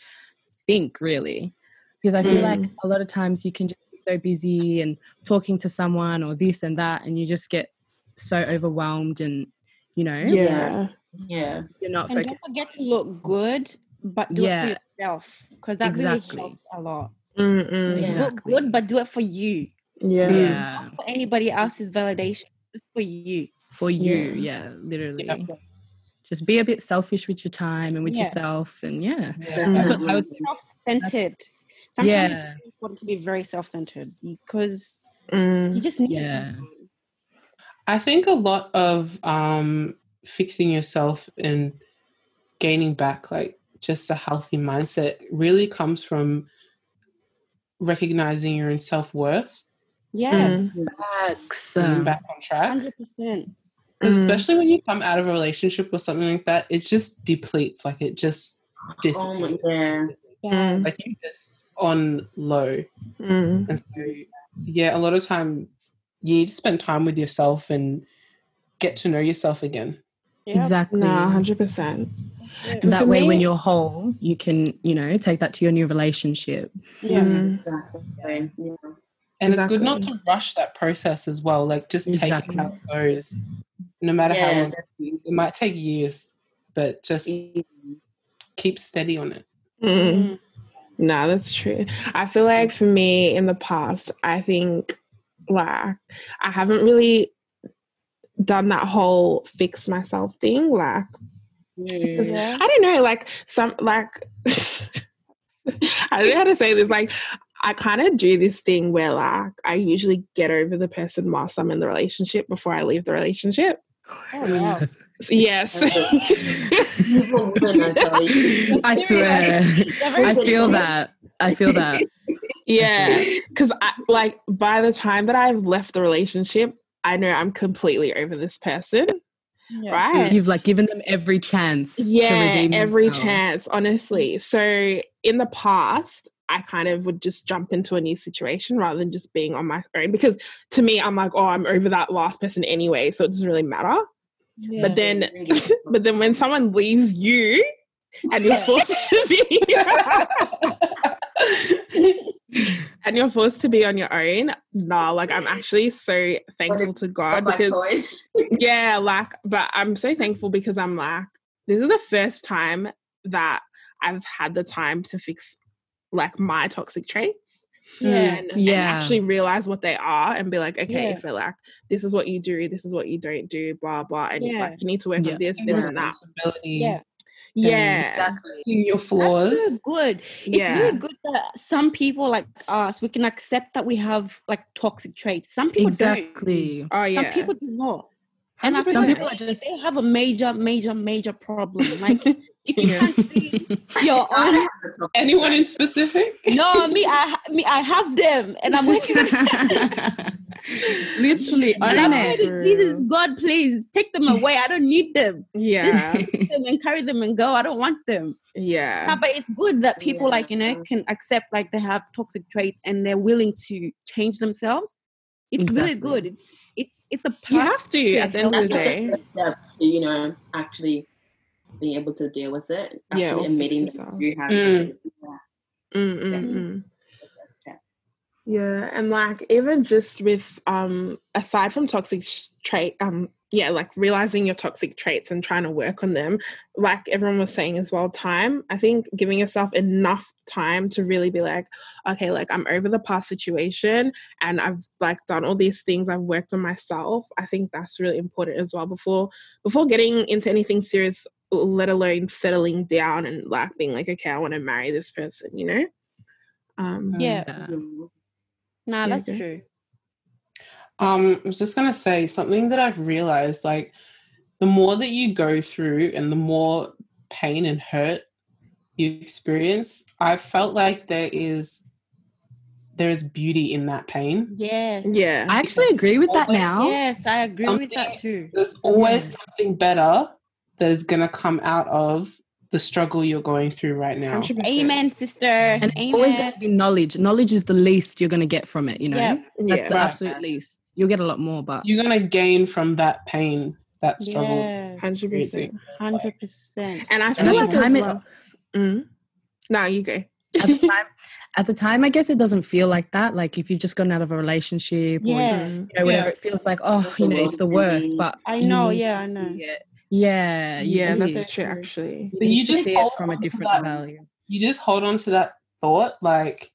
B: think really. Because I feel like
A: Mm.
B: a lot of times you can just be so busy and talking to someone or this and that, and you just get so overwhelmed and, you know,
A: Yeah.
E: Yeah.
B: you're not
D: And don't
B: focused.
D: forget to look good, but do
B: Yeah.
D: it for yourself because that
B: Exactly.
D: really helps a lot.
A: Mm-mm.
B: Exactly.
D: Look good, but do it for you,
A: Yeah.
B: Yeah.
D: not for anybody else's validation. Just for you.
B: For you.
A: Yeah.
B: Yeah. Literally. Just be a bit selfish with your time and with
D: Yeah.
B: yourself. And yeah.
C: Yeah.
B: That's
A: Mm.
B: what I would
E: Definitely.
D: Self-centered. Sometimes it's
B: Yeah.
D: really important to be very self-centered because you
A: Mm.
D: just need it.
B: Yeah.
D: sometimes.
C: I think a lot of um, fixing yourself and gaining back like just a healthy mindset really comes from recognizing your own self-worth
D: Yes,
B: Mm-hmm. Facts. Um,
C: getting back on track
D: hundred percent.
C: because
A: Mm.
C: especially when you come out of a relationship or something like that it just depletes like it just
E: Oh
C: disappears
E: my yeah.
D: Yeah.
A: Mm.
C: like you just on low
A: Mm.
C: and so
D: Mm-hmm.
C: yeah a lot of time you need to spend time with yourself and get to know yourself again
D: Yep.
B: Exactly.
A: Nah, hundred percent.
D: That's it.
B: And
A: And for
B: that way, when
A: me-
B: you're whole, you can, you know, take that to your new relationship.
D: Yeah.
A: Mm.
E: Exactly. Yeah.
C: and it's good not
A: Exactly.
C: to rush that process as well like just take
B: Exactly.
C: it how it goes no matter how
E: Yeah,
C: long it might take years but just
E: definitely.
C: keep steady on it
A: Mm.
D: Mm.
A: No, that's true. I feel like for me in the past, I think like I haven't really done that whole fix myself thing. Like
E: Mm.
D: Yeah.
A: I don't know, like some like [laughs] I don't know how to say this. Like I kind of do this thing where like I usually get over the person whilst I'm in the relationship before I leave the relationship.
D: Oh wow.
A: Yes. [laughs]
E: You're a woman, I tell you. [laughs]
B: I swear.
D: You're very
B: I
E: Is it
B: feel
E: yours?
B: that. I
A: [laughs]
B: feel that.
A: yeah. Cause I like by the time that I've left the relationship, I know I'm completely over this person.
D: Yeah.
A: Right.
B: You've like given them every chance to
A: Yeah,
B: redeem
A: every
B: themselves.
A: chance, honestly. So in the past, I kind of would just jump into a new situation rather than just being on my own because to me, I'm like, oh, I'm over that last person anyway, so it doesn't really matter.
D: Yeah.
A: But then,
E: Thank you.
A: [laughs] but then when someone leaves you and you're
D: Yeah.
A: forced to be [laughs] and you're forced to be on your own, nah, like I'm actually so thankful to
E: Not
A: God
E: by
A: because
E: choice.
A: yeah, like, but I'm so thankful because I'm like, this is the first time that I've had the time to fix like my toxic traits
D: Yeah.
A: and, and
B: Yeah.
A: actually realize what they are and be like, okay,
D: Yeah.
A: if so like this is what you do, this is what you don't do, blah blah, and
D: Yeah.
A: like you need to work
B: Yeah.
A: on this,
C: And
A: this, and that.
C: responsibility
D: Yeah.
A: Yeah,
B: Exactly.
C: seeing your
D: That's
C: flaws
D: so good. It's
A: yeah,
D: really good that some people like us, we can accept that we have like toxic traits. Some people don't.
A: [laughs]
B: Exactly.
A: oh
D: Some
A: yeah,
D: people do not. And I feel
B: Some
D: like
B: people are
D: they,
B: just.
D: they have a major, major, major problem. Like if you
B: Yeah.
D: can't see
E: [laughs]
D: your
E: I
D: own
E: have the top.
C: anyone in specific
D: No, me, I ha- me, I have them, and I'm like,
B: [laughs] Literally
D: and
B: own
D: I
A: Nah,
D: pray
B: it.
D: to
A: for
D: Jesus,
A: real.
D: God, please take them away. I don't need them. Just
A: yeah,
D: take them and carry them and go. I don't want them.
A: yeah,
D: No, but it's good that people, like you know,
E: Yeah.
D: can accept like they have toxic traits and they're willing to change themselves. It's really
B: Exactly.
D: good. It's it's it's a
A: you
D: path
A: have to
D: to
A: at the end of
E: I
A: the
E: think
D: healthy.
A: day,
E: that's the first step to, you know, actually being able to deal with it,
A: yeah,
E: actually
A: or fix
E: admitting that
A: yourself.
E: you have
C: Mm.
E: yeah,
A: Mm, mm,
E: definitely
A: mm.
E: the first step.
A: Yeah, and like even just with um aside from toxic sh- trait um yeah, like realizing your toxic traits and trying to work on them. Like everyone was saying as well, time. I think giving yourself enough time to really be like, okay, like I'm over the past situation and I've like done all these things. I've worked on myself. I think that's really important as well before before getting into anything serious, let alone settling down and like being like, okay, I want to marry this person, you know? Um
D: Yeah.
E: Mm.
D: Nah,
A: Yeah,
D: that's
A: okay.
D: true.
C: Um, I was just gonna say something that I've realized, like the more that you go through and the more pain and hurt you experience, I felt like there is there is beauty in that pain.
D: Yes.
A: yeah.
B: I actually agree with that
C: Always,
B: now.
D: Yes, I agree with that
C: Something-
D: too.
C: There's always
B: Yeah.
C: something better that is gonna come out of the struggle you're going through right now.
A: 100%.
D: Amen, sister.
B: And it's always going
D: Amen.
B: to be knowledge. Knowledge is the least you're going to get from it, you know?
D: Yeah.
B: That's
A: Yeah.
B: the
C: Right.
B: absolute least. You'll get a lot more, but
C: You're gonna gain from that pain, that struggle.
D: Yes.
A: Hundred
C: It's
A: percent.
D: Hundred percent.
A: And I
B: at
A: feel
B: the
A: like as
B: time it-
A: well. Mm. No, you go.
B: at the time, at the time, I guess it doesn't feel like that. Like if you've just gotten out of a relationship or you
D: Yeah.
A: Mm.
B: know, whatever,
C: Yeah.
B: it feels like, oh,
E: That's
B: you
E: the
B: know, it's
E: world
B: the worst.
E: ending.
B: But
D: I
B: you
D: know,
B: need
D: yeah, I
B: to
D: know.
B: see it. Yeah, you
A: Yeah,
B: need
A: that's
D: so
A: true.
D: true.
A: Actually,
B: you
C: But
B: need
C: you
B: to
C: just
B: see
C: hold
B: it from a
C: on to
B: different
C: that.
B: value.
C: You just hold on to that thought, like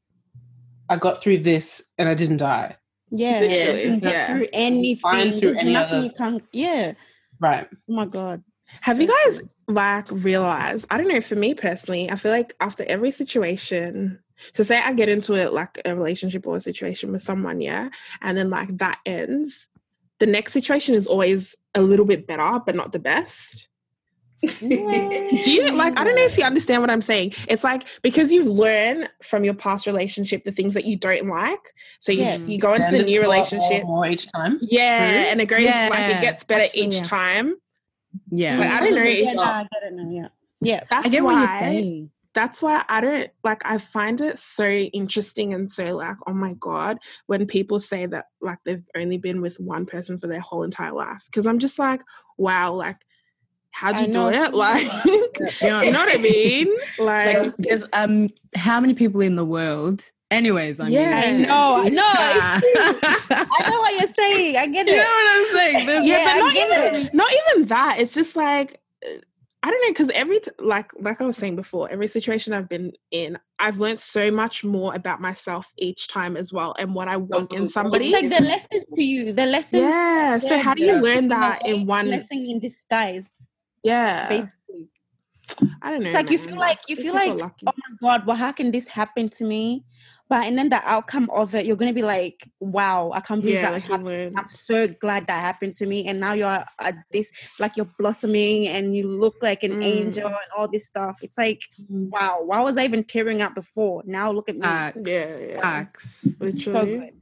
C: I got through this and I didn't die.
D: Yeah.
E: Yeah.
D: You
A: literally.
D: can get
A: Yeah.
D: through
C: You find
D: anything.
C: through
D: There's
C: any
D: nothing
C: other-
D: you can't yeah.
C: Right.
D: Oh my god.
A: Have you
D: So
A: guys
D: true.
A: like realized? I don't know. For me personally, I feel like after every situation, so say I get into it like a relationship or a situation with someone, yeah, and then like that ends, the next situation is always a little bit better, but not the best. [laughs] Do you like? I don't know if you understand what I'm saying. It's like because you learn from your past relationship the things that you don't like, so you
D: Yeah.
A: you go into
C: Then
A: the
C: it's oh,
A: new
C: more, more,
A: relationship.
C: more each time.
A: Yeah,
B: True.
A: and it goes like it
B: Yeah.
A: gets better
B: Actually,
A: each
B: yeah.
A: time.
B: Yeah.
A: Like I
D: Mm,
A: don't know
D: Yeah,
A: if
D: nah, I get it now, yeah. Yeah.
B: I
A: that's
B: get what you're
A: why
B: saying.
A: that's why I don't like I find it so interesting and so like oh my god when people say that like they've only been with one person for their whole entire life because I'm just like wow like how'd
D: I
A: you do
D: know.
A: it [laughs] like
B: [laughs] You know what I
A: you know
B: mean?
A: what I mean like
B: [laughs] Like there's um how many people in the world? Anyways, I mean
A: Yeah.
D: I
A: Yeah.
D: know. I know.
B: Ah.
D: It's true. I know what you're saying. I get
B: [laughs] you know
D: it.
B: what I'm saying? There's-
A: yeah,
D: Yeah,
A: but
D: I
A: not
D: get
A: even not even that. It's just like uh, I don't know because every t- like like I was saying before, every situation I've been in, I've learned so much more about myself each time as well, and what I want in
E: Absolutely.
A: somebody.
D: Oh, It's like the lessons to you. The lessons.
A: yeah. So
D: Yeah,
A: how do you
C: yeah.
A: learn
D: in a
A: that
D: way,
A: in one?
D: blessing in disguise.
A: Yeah,
D: Basically,
A: I don't know.
D: it's like you feel
A: man.
D: like you
A: We
D: feel
A: people
D: like,
A: are
D: oh
A: lucky.
D: my god, well, how can this happen to me? But and then the outcome of it, you're gonna be like, wow, I can't believe
A: Yeah,
D: that
A: like you
D: happened.
A: learn.
D: I'm so glad that happened to me. And now you're at this, like you're blossoming and you look like an
A: Mm.
D: angel and all this stuff. It's like,
C: Mm.
D: wow, why was I even tearing up before? Now look at me.
B: Facts.
A: Yeah, yeah,
B: Facts.
D: so
A: literally.
D: good.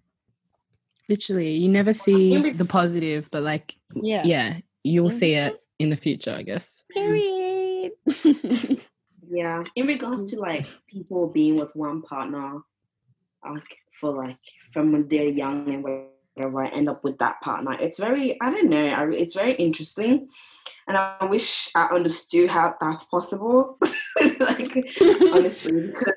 B: Literally, you never see the positive, but like,
D: Yeah.
B: yeah, you'll
D: Mhm.
B: see it in the future, I guess.
D: Period.
E: Yeah. In regards to like
B: Mm.
E: people being with one partner, like for like from when they're young and whatever, I end up with that partner. It's very, I don't know. I, it's very interesting, and I wish I understood how that's possible. [laughs] like
B: [laughs]
E: honestly, because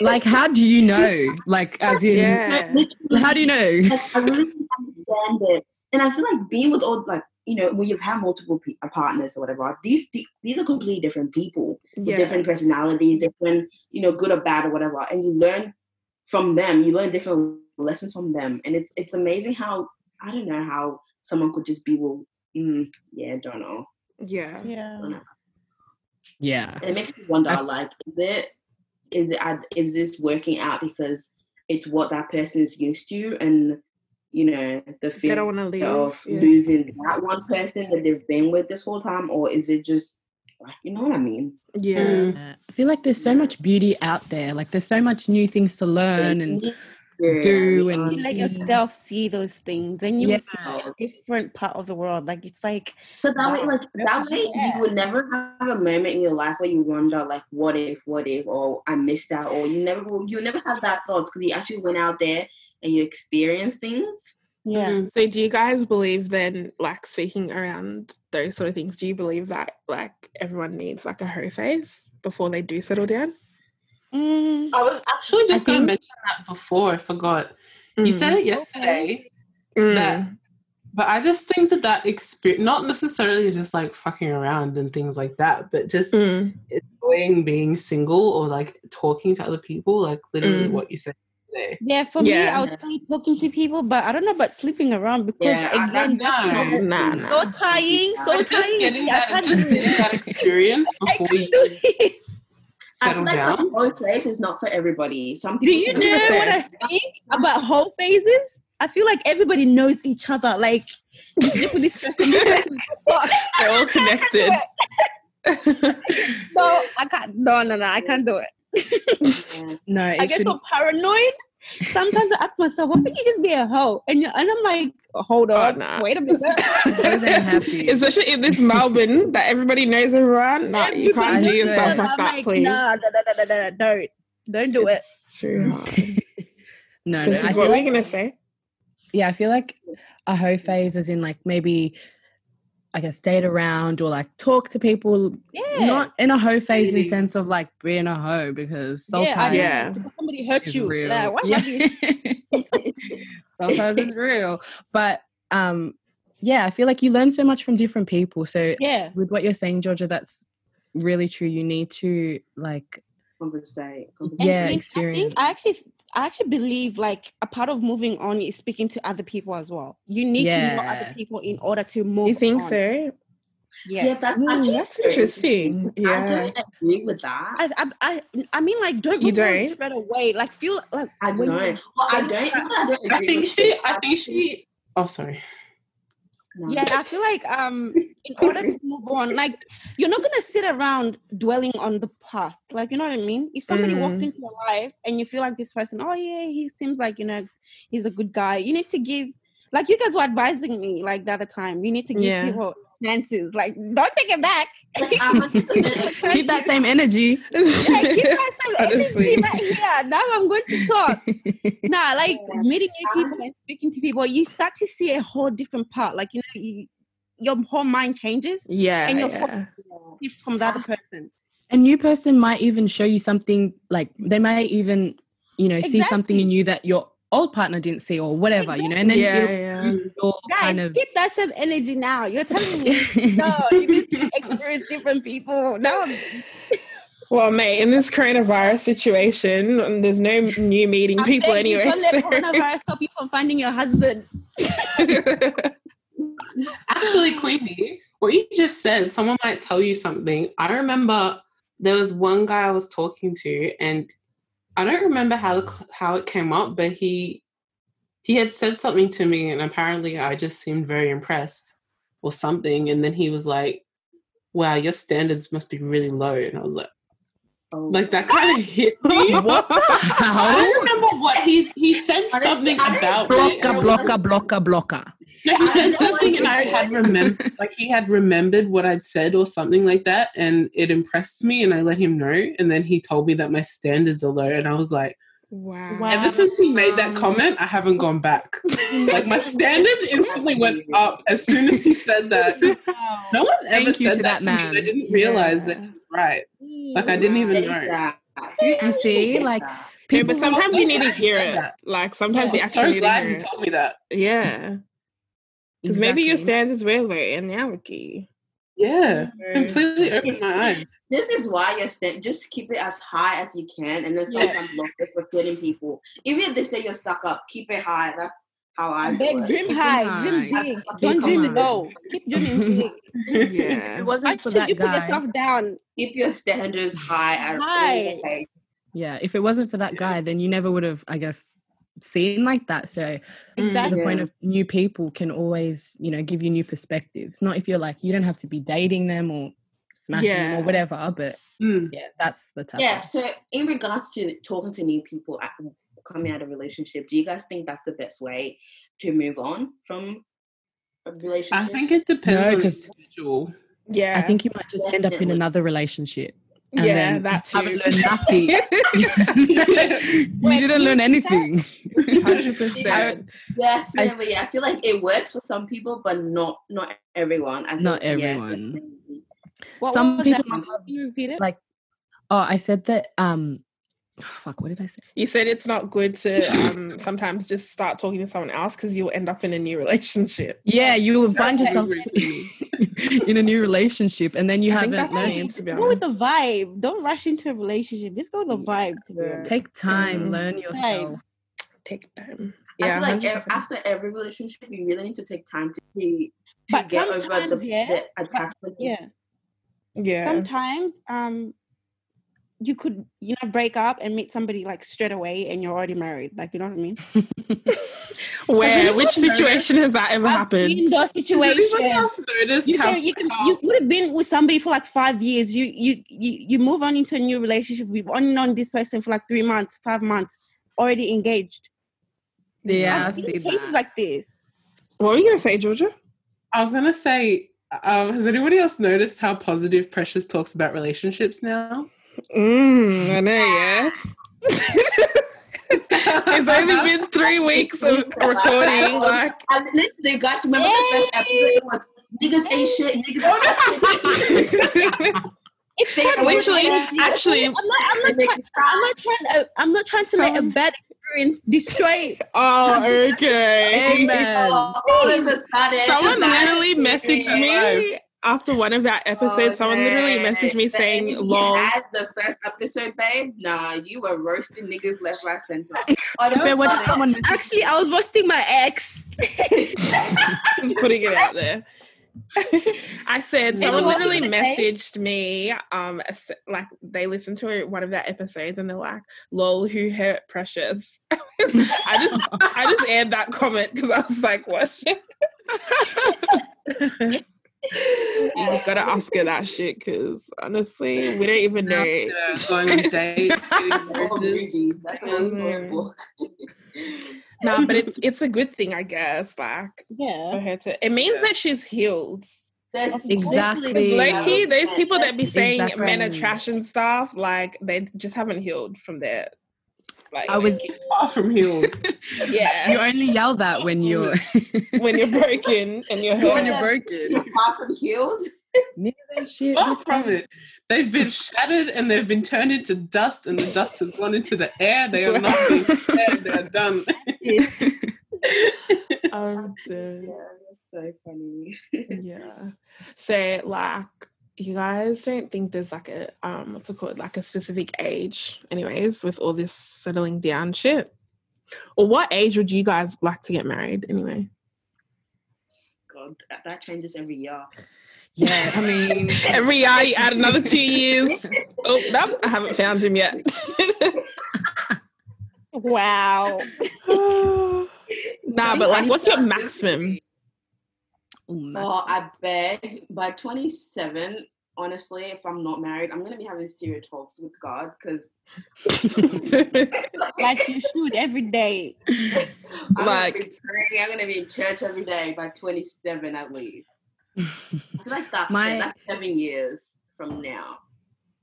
B: Like, how do you know? Like, as
E: [laughs]
B: in,
E: I
A: Yeah,
E: literally-
B: how do you know?
E: like, I really don't understand it, and I feel like being with all like you know when you've had multiple pe- uh, partners or whatever. These th- these are completely different people with
A: yeah,
E: different personalities, different you know good or bad or whatever, and you learn from them. You learn different lessons from them, and it's it's amazing how I don't know how someone could just be well. Mm, yeah, don't know.
A: yeah.
D: yeah.
E: don't know.
B: Yeah.
E: And it makes me wonder,
B: I-
E: like, is it is it ad- is this working out because it's what that person is used to and you know the
A: They
E: fear
A: don't want to leave.
E: of
A: Yeah.
E: losing that one person that they've been with this whole time or is it just like you know what i mean
A: yeah.
D: Mm.
B: Yeah. I feel like there's so
E: Yeah.
B: much beauty out there. Like, there's so much new things to learn and do and
D: You let
B: see.
D: yourself see those things and you
B: Yeah.
D: will see a different part of the world. Like it's like
E: so that way
D: wow.
E: like
D: where
E: that
D: was
E: way
D: you
E: you
D: at?
E: would never have a moment in your life where you wonder like what if what if or i missed out or you never will you never have that thought because you actually went out there and you experienced things
D: Yeah.
C: Mm.
A: So do you guys believe then like speaking around those sort of things, do you believe that like everyone needs like a hoe phase before they do settle down?
D: Mm.
C: I was actually just going
A: Hmm.
D: Mm.
C: to
B: think-
C: mention that before. I forgot. You said it yesterday
D: Okay.
C: that- But I just think that that experience, not necessarily just like fucking around and things like that, but just
A: Mm.
C: enjoying being single or like talking to other people, like literally
A: Mm.
C: what you said today.
D: Yeah, for me,
A: Yeah.
D: I would say talking to people, but I don't know about sleeping around because
E: Yeah, I-
D: again,
E: that's
D: that's
C: fine.
D: so-
A: Nah,
E: Mm.
A: nah.
D: so tiring, so
C: But just
D: tiring.
C: getting
D: I
C: that,
D: can't
C: just
D: do it.
C: getting that experience
D: [laughs] I
C: before
D: can't
C: you
D: do it.
E: I feel
C: settle
E: like the
C: down.
E: whole face is not for everybody.
D: [laughs]
E: Some
D: Do
E: people
D: you
E: can-
D: know what I think about whole phases? I feel like everybody knows each other.
E: [laughs]
D: Like you sleep with this person, this person talk.
A: They're
D: [laughs]
A: all connected. [laughs]
D: No, I can't. No, no, no, I can't do it.
E: Yeah.
B: No, it
D: I get
B: should,
D: so paranoid. Sometimes I ask myself, why can't you just be a hoe? And you and I'm like, hold
A: Oh,
D: on,
A: nah.
D: wait a minute. [laughs]
B: those ain't
A: [laughs]
B: happy.
A: Especially in this Melbourne that everybody knows everyone. Nah, you
D: Everybody
A: can't do
B: knows
A: yourself
B: everyone.
A: like
D: I'm
A: that,
D: like,
A: please.
D: nah, no, no, no, no, no, don't, don't do it. Mm.
A: It's too
D: [laughs]
A: hard.
B: [laughs] no, no.
A: This
B: I
A: is
B: feel
A: what
B: like,
A: we're gonna say.
B: yeah, I feel like a hoe phase is in like maybe, I guess, date around or like talk to people.
D: Yeah,
B: Not in a hoe phase in
C: Dating.
B: sense of like being a hoe because
D: yeah, I
B: sometimes
D: know
A: Yeah.
D: sometimes somebody hurt
B: it's
D: you.
B: real.
D: Like, why
B: Yeah.
D: yeah.
A: [laughs]
D: you?
B: [laughs] sometimes it's real. But um, yeah, I feel like you learn so much from different people. So
D: Yeah,
B: with what you're saying, Georgia, that's really true. You need to like
E: Compensate.
D: And
E: compensate.
B: yeah,
D: you know, I
B: experience.
D: think I actually, I actually believe like a part of moving on is speaking to other people as well. You need to know other
B: Yeah.
D: people in order to move.
A: You think
D: on.
A: so?
D: Yeah.
E: Yeah, that's
A: Mm,
E: actually
A: that's
E: so
A: interesting.
E: I
A: Yeah. [laughs]
E: don't agree with that.
D: I, I, I, I mean, like, don't
A: You
D: move on
A: don't?
D: straight away. Like, feel like
E: I don't.
D: when
E: Well,
D: you're
E: I
D: dating
E: don't.
D: someone-
E: Not that I don't
C: I
E: agree
C: think
E: with
C: she,
E: it.
C: I think she, oh, sorry.
E: No.
D: Yeah, I feel like um, in
A: [laughs]
D: order to move on, like you're not gonna sit around dwelling on the past. Like you know what I mean? If somebody walks
A: Mm.
D: into your life and you feel like this person, oh yeah, he seems like you know, he's a good guy. You need to give, like you guys were advising me like the other time. You need to give
A: Yeah. Ah.
D: people chances. Like don't take it back.
E: Like,
D: [laughs]
E: I 100% agree.
B: [laughs] Keep that same energy.
D: Yeah,
A: [laughs]
D: keep that same
A: Honestly.
D: energy right here. Now I'm going to talk.
A: [laughs]
D: Nah, like
E: Yeah.
D: meeting new
E: Uh,
D: people and speaking to people, you start to see a whole different part. Like you know, you, your whole mind changes.
A: Yeah.
D: And you're
A: yeah.
E: Yeah.
D: gifts from the other person.
B: a new person might even show you something like they might even you know see something in
D: Exactly.
B: you that your old partner didn't see or whatever you know and then
A: yeah,
B: it'll
A: yeah.
B: boost your
D: Guys,
B: kind of [laughs]
D: keep that same energy now. You're telling me no, you need to experience different people. No,
A: Well, mate, in this coronavirus situation, um, there's no new meeting
D: I
A: people
D: beg you,
A: anyway.
D: don't let
A: so-
D: coronavirus stop you from finding your husband.
A: [laughs]
C: Actually, Queenie, what you just said, someone might tell you something. I remember there was one guy I was talking to, and I don't remember how the, how it came up, but he he had said something to me, and apparently I just seemed very impressed or something. And then he was like, "Wow, your standards must be really low," and I was like,
E: Oh.
C: like that kind of hit me.
A: what the
C: I
B: how
C: don't remember what he he said
E: Honestly,
C: something
E: I don't
C: about
E: know what
C: it. and I
B: blocker
E: it
C: was
E: was.
B: blocker blocker blocker
C: No, he
E: I
C: said
E: know what
C: something, and
E: it
C: I had remembered, like he had remembered what I'd said or something like that, and it impressed me, and I let him know, and then he told me that my standards are low, and I was like,
A: Wow.
D: Wow.
C: ever since he made that
A: Um,
C: comment, I haven't gone back.
E: [laughs]
C: like my standards instantly went up as soon as he said
D: [laughs]
C: that. 'Cause No one's
B: Thank
C: ever
B: you
C: said
B: to
C: that,
B: that
C: to me, and I
B: man.
C: didn't realize that
A: Yeah.
C: he was right. Like I
D: Mm.
C: didn't even
E: Says
C: know.
E: that.
B: you see
E: Says
B: like
E: that.
A: No, but
B: people who-
A: sometimes you
C: so
A: need to
C: glad you
A: hear
C: said
A: it.
C: that.
A: Like sometimes you
C: I was
A: actually
C: so
A: need to
C: glad
A: hear
C: he
A: it.
C: told me that.
A: Yeah, because maybe your standards were low and now we're key.
C: Yeah,
A: So-
C: completely [laughs] opened my eyes.
E: This is why your stand just keep it as high as you can, and then
D: Yeah.
E: sometimes look for certain people. Even if they say you're stuck up, keep it high. That's how I
D: I
E: do
D: beg,
E: it.
D: dream
B: Keep it
D: high, dream
B: high.
D: big.
E: Keep
D: Don't
E: it
D: dream
E: high.
D: low. Keep dreaming big.
B: if
A: yeah,
B: it
D: Why
B: wasn't for
D: should
B: that
D: you put
B: guy
D: yourself down?
E: Keep your standards high at all
D: High.
E: times.
B: yeah if it wasn't for that guy then you never would have i guess seen like that so to
D: Exactly.
B: the point
E: Yeah.
B: of new people can always you know give you new perspectives not if you're like you don't have to be dating them or smashing them or
A: Yeah.
B: whatever but
C: Mm.
B: yeah that's the type
E: Yeah.
B: of
E: So, in regards to talking to new people at, coming out of a relationship, do you guys think that's the best way to move on from a
C: I
E: relationship?
C: think it depends
B: No,
C: on the
B: 'cause-
C: individual.
A: yeah.
B: i think you might just end up in
E: Definitely.
B: another relationship and
A: yeah,
B: then
A: that
B: you
A: too.
B: haven't learned nothing [laughs] you
D: Wait,
B: didn't
D: who
B: learn
D: did that?
B: anything
A: Hundred
E: I-
A: percent.
E: Definitely, I, feel like it works for some people, but not not everyone. I
B: Not
E: think, yeah,
B: everyone.
E: definitely.
D: What
B: Some
D: was that?
B: people-
D: Can you repeat it?
B: like oh i said that um [sighs] fuck, what did I say?
A: You said it's not good to um, sometimes just start talking to someone else because you'll end up in a new relationship.
B: Yeah, you will find
C: Okay.
B: yourself
C: [laughs]
B: [laughs] in a new relationship, and then you
A: I think
B: haven't
A: that's
B: learned.
A: me, to be
D: Go with the
A: honest.
D: vibe. Don't rush into a relationship. Just go with the vibe. To be
A: Yeah.
D: honest.
B: Take time,
A: Mm.
B: learn yourself.
A: Take time.
E: I
A: Yeah,
E: feel like ev-
A: 100%.
E: after every relationship, you really need to take time to be to
D: But
E: get over the,
D: sometimes, yeah,
E: the attachment.
D: yeah.
A: yeah.
D: Sometimes, um, you could you know break up and meet somebody like straight away, and you're already married. Like you know what I mean?
A: Where?
D: anyone
A: Which
D: notice-
A: situation has that ever happened?
D: In those
C: Does anyone
D: situations.
C: else notice
D: You,
C: how,
D: can, you, can,
C: how
D: you would have been with somebody for like five years. You you you you move on into a new relationship. We've only known this person for like three months, five months, already engaged.
B: Yeah,
D: I've
B: I've
D: seen
B: seen
D: cases
B: that.
D: like this.
A: What were you gonna say, Georgia?
C: I was gonna say, um, has anybody else noticed how positive Precious talks about relationships now?
A: Mm, I know, yeah. [laughs] it's
C: [laughs]
A: only been three weeks of [laughs] recording. Like,
E: I literally, guys, remember the first episode? It was niggas ain't shit, niggas are toxic.
A: [laughs]
D: It's
A: literally,
D: energy.
A: actually,
D: I'm not, I'm not,
A: [laughs]
E: They make
D: try-
E: you
D: I'm
E: cry.
D: not trying to, I'm not trying to let a
A: Um,
D: bad experience destroy.
A: oh, okay.
B: Amen.
E: Oh, all of a sudden,
A: Someone
E: that
A: literally
E: is-
A: messaged me after one of our episodes. Someone literally
E: Okay.
A: messaged me
E: The
A: saying,
E: energy you
A: lol.
E: had the first episode, babe. Nah, you were roasting niggas left, right, center. Oh,
B: But when
E: don't-
B: someone
D: Actually, I was roasting my ex. [laughs]
A: just putting it out there. [laughs] I said
C: No.
A: someone
C: Anyone
A: literally
D: wanna say?
A: messaged me, um, a s- like they listened to one of their episodes and they're like, "Lol, who hurt Precious?" [laughs] I just, I just aired that comment because I was like, "What?" You've got to ask her that shit because honestly, we don't even know.
C: Yeah, going on dates, getting
E: Oh,
C: roses.
E: Ruby, that's the one
A: Mhm.
E: storybook.
A: Nah, but it's it's a good thing, I guess. Like for [laughs]
D: Yeah.
A: her to, it means
C: Yeah.
A: that she's healed.
E: [laughs] There's
B: Exactly.
E: literally
A: low key, those
E: no-
A: people
E: [laughs]
A: that be saying
B: Exactly.
A: men are trash and stuff, like they just haven't healed from their like
B: I was-
C: [laughs] Far from healed.
B: you
A: [laughs] yeah.
B: only yell that when you're
A: when [laughs] you're broken and you're
B: [laughs]
A: [laughs]
B: when you're
A: hurt.
B: broken.
E: Apart from
B: [laughs]
E: healed,
B: Niggas ain't shit.
C: Far
B: [laughs] this
C: from
B: ain't-
C: it. They've been shattered and they've been turned into dust, and the dust has gone into the air. They are not being spared. They are done.
D: Yes.
A: Um,
E: yeah,
A: so,
E: that's so funny.
A: yeah. So like you guys don't think there's like a um what's it called? Like a specific age, anyways, with all this settling down shit. Or what age would you guys like to get married anyway?
E: God, that, that changes every year.
B: Yeah, I mean,
A: [laughs] Every year you add another two years. [laughs] Oh, nope, I haven't found him yet. [laughs]
D: Wow.
A: nah, but like, what's your [laughs]
E: 25,
A: maximum?
E: Oh,
B: oh, Max.
E: I beg. By 27, honestly, if I'm not married, I'm going to be having serial talks with God [laughs] because, Oh.
D: Like you should every day.
E: I'm
A: Like-
E: gonna be praying. I'm gonna be in church every day by 27 at
B: [laughs]
E: least. I feel like that's
B: My-
E: it. that's seven years from now.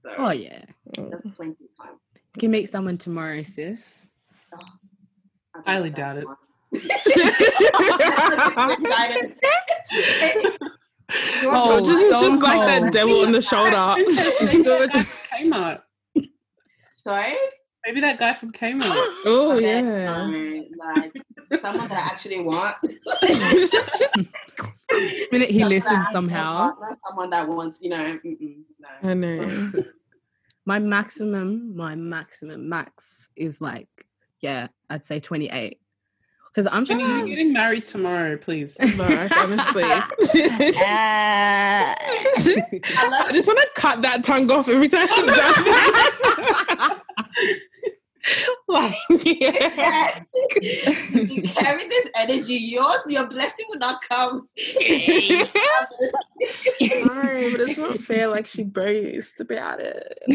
E: So
B: [laughs] oh yeah,
E: that's plenty of time.
B: you can meet someone tomorrow, sis.
E: don't
C: Highly
E: know
C: doubt it. [laughs]
A: [laughs]
B: Oh,
A: George's is just
B: stone
A: like that
B: cold.
A: devil on the [laughs] shoulder.
C: Maybe that guy from Kmart.
E: Sorry.
C: Maybe that guy from Kmart.
A: oh
E: Okay,
A: [laughs] yeah.
E: um, like someone that I actually
A: [laughs]
E: want.
B: The minute he
E: Someone that I
B: listens
E: actually
B: somehow.
E: want, Not someone that wants, you know. Mm-mm, no.
A: [laughs] I know.
B: My maximum, my maximum max is like, yeah, I'd say 28. Because I'm
C: Jenny, you're
B: trying to.
C: getting married tomorrow, [laughs] please.
A: [laughs] Mark, honestly.
E: I love
A: [laughs] I just [laughs] want to cut that tongue off every time [laughs] she does that. like, yeah. [laughs]
E: you carry this energy. Yours, your blessing will not
A: [laughs]
E: come.
A: Sorry, but it's not fair. Like she boasts about it.
B: [laughs]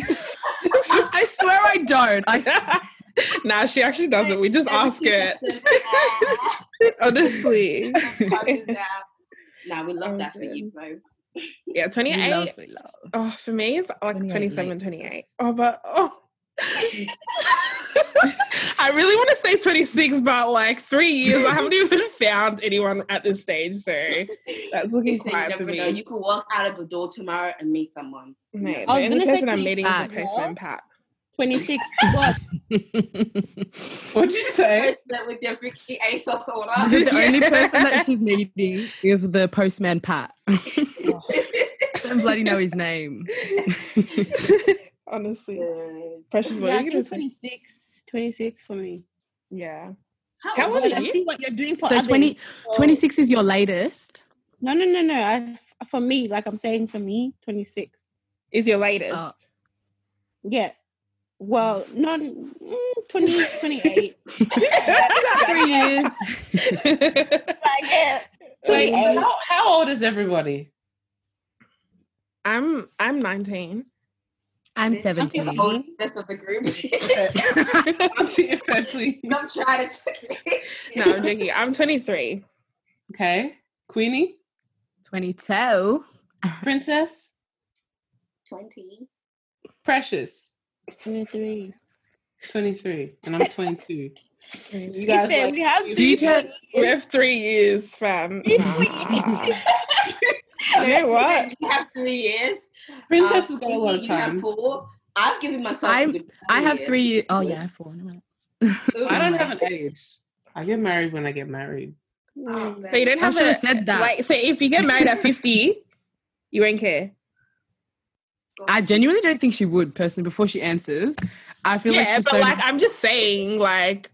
B: I swear I don't. I s-
A: [laughs] nah, she actually doesn't. We just ask her. Honestly,
E: Now we love
A: Oh,
E: that for you, bro.
A: [laughs] yeah,
B: we
A: twenty-eight.
B: love, we love.
A: Oh, for me, it's like
B: 28
A: 27,
B: late.
A: 28. Oh, but oh. [laughs] I really want to say 26, but like three years, I haven't even [laughs] found anyone at this stage. So that's looking
E: Listen, you
A: quiet for
E: never know.
A: me.
E: You could walk out of the door tomorrow and meet someone.
A: Mate, the
D: I was
A: only
D: gonna say
A: person I'm
D: 26
A: meeting is a
B: as
A: postman,
D: well.
A: Pat.
D: 26. what?
C: What'd you [laughs] say?
E: with your freaky ace of soda.
B: the [laughs] only person that she's meeting is the postman Pat. Don't bloody know his name.
A: [laughs] Honestly.
E: Good.
A: Precious, what
D: yeah,
A: are
D: I
A: you
D: think
A: going to say?
D: 26. 26 for me.
A: Yeah.
E: How
A: How
E: old
A: old
E: are
A: are
D: But I
A: you?
D: see what you're doing for
B: so
D: others.
B: 20,
D: so-
B: 26 is your latest.
D: No, no, no, no. I, for me, like I'm saying, for me, 26 is [laughs] your latest.
B: Oh.
D: Yeah. Well, not mm, 20, 28.
A: [laughs]
B: Three years.
D: like, yeah.
C: Wait,
D: 28.
C: how, how old is everybody?
A: I'm I'm 19.
B: I'm
E: Bitch, I'm
D: the
B: 17.
D: old-
E: the rest of the group?
C: [laughs] [laughs]
E: [laughs]
C: Auntie, if I please.
E: I'm trying to trick it.
A: No, I'm joking. I'm 23.
C: Okay. Queenie?
B: 22.
C: Princess?
E: 20.
C: Precious?
D: 23.
C: 23. And I'm 22. So you
D: He
C: guys
D: said,
C: like,
D: we have
C: you-
A: Do you tell- We
D: years.
A: have three years, fam.
D: Three
A: Nah.
E: No,
A: You know what?
E: You have three years.
C: Princess
E: Um,
C: has got a lot of
E: Pinky, You have
C: time.
E: four. I've given myself. a
B: I'm-
E: good
B: I have
E: years.
B: three years. Oh, yeah, I have four. Never mind.
E: Ooh.
C: I don't have an age. I get married when I get married.
E: Oh,
A: So you don't
B: I
A: have
B: should
A: a
B: have said that.
A: like. So if you get married at fifty, you won't care.
E: God.
B: I genuinely don't think she would, personally, before she answers. I feel like
A: Yeah,
B: she's
A: but
B: so.
A: like I'm just saying, like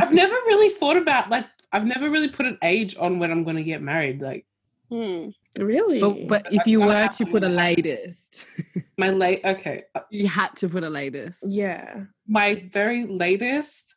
C: I've never really thought about like I've never really put an age on when I'm gonna get married. Like
D: Hmm.
A: really.
B: but, but if you
C: I- I
B: were
C: have
B: to
C: one
B: put a
C: that I-
B: latest, [laughs]
C: my late okay, uh,
B: you had to put a latest.
A: yeah,
C: my very latest.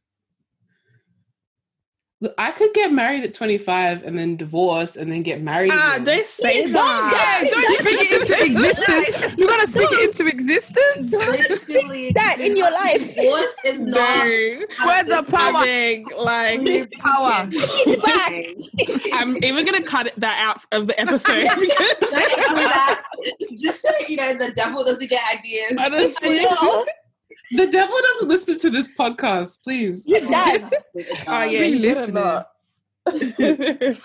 C: Look, I could get married at 25 and then divorce and then get married.
A: ah,
C: again.
A: don't say
D: Please don't
A: that.
D: get-
B: Don't speak it into existence. You're gonna speak it into existence.
E: Literally,
D: That in your life.
E: Divorce is not.
A: no. Words of power. Like
B: Power.
E: It's
D: back.
A: I'm even gonna cut that out of the episode. [laughs] because-
E: Don't do that. Just so you know, the devil doesn't get ideas. [laughs]
A: Honestly.
D: Well,
C: The devil doesn't listen to this podcast, please.
D: he does.
E: [laughs]
A: Oh yeah,
B: We
A: he did
B: listening.
A: a lot.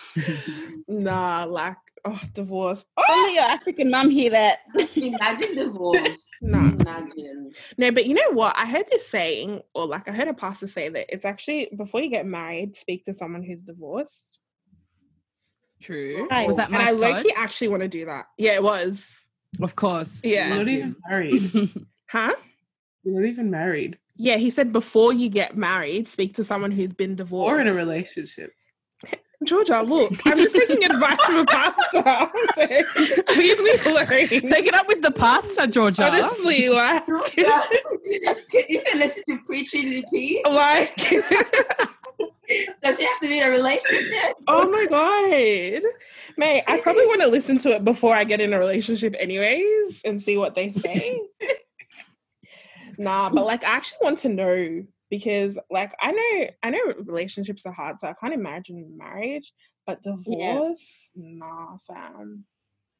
B: [laughs]
A: nah, like oh, divorce. Oh,
D: Only your African mum hear that.
E: Imagine divorce.
A: nah.
E: Imagine.
A: No, but you know what? I heard this saying, or like I heard a pastor say that it's actually before you get married, speak to someone who's divorced.
B: True.
D: Right.
B: Was that
A: and I
B: Mike Todd?
A: low-key actually want to do that. Yeah, it was.
B: Of course.
A: Yeah.
C: You're
B: Love
C: not even
B: him.
A: [laughs]
C: married.
A: Huh?
C: You're not even married.
A: Yeah, he said before you get married, speak to someone who's been divorced.
C: Or in a relationship.
A: Georgia, look, I'm
C: [laughs]
A: just taking advice from a pastor. I'm saying, [laughs] Leave me alone.
B: [laughs] Take it up with the pastor, Georgia.
A: Honestly, like,
E: Can you even listen to preaching in peace?
A: like, [laughs]
E: Does she have to be in a relationship?
A: oh my god, mate, I probably want to listen to it before I get in a relationship, anyways, and see what they say. Nah, but like I actually want to know because like I know I know relationships are hard, so I can't imagine marriage, but divorce, nah, fam.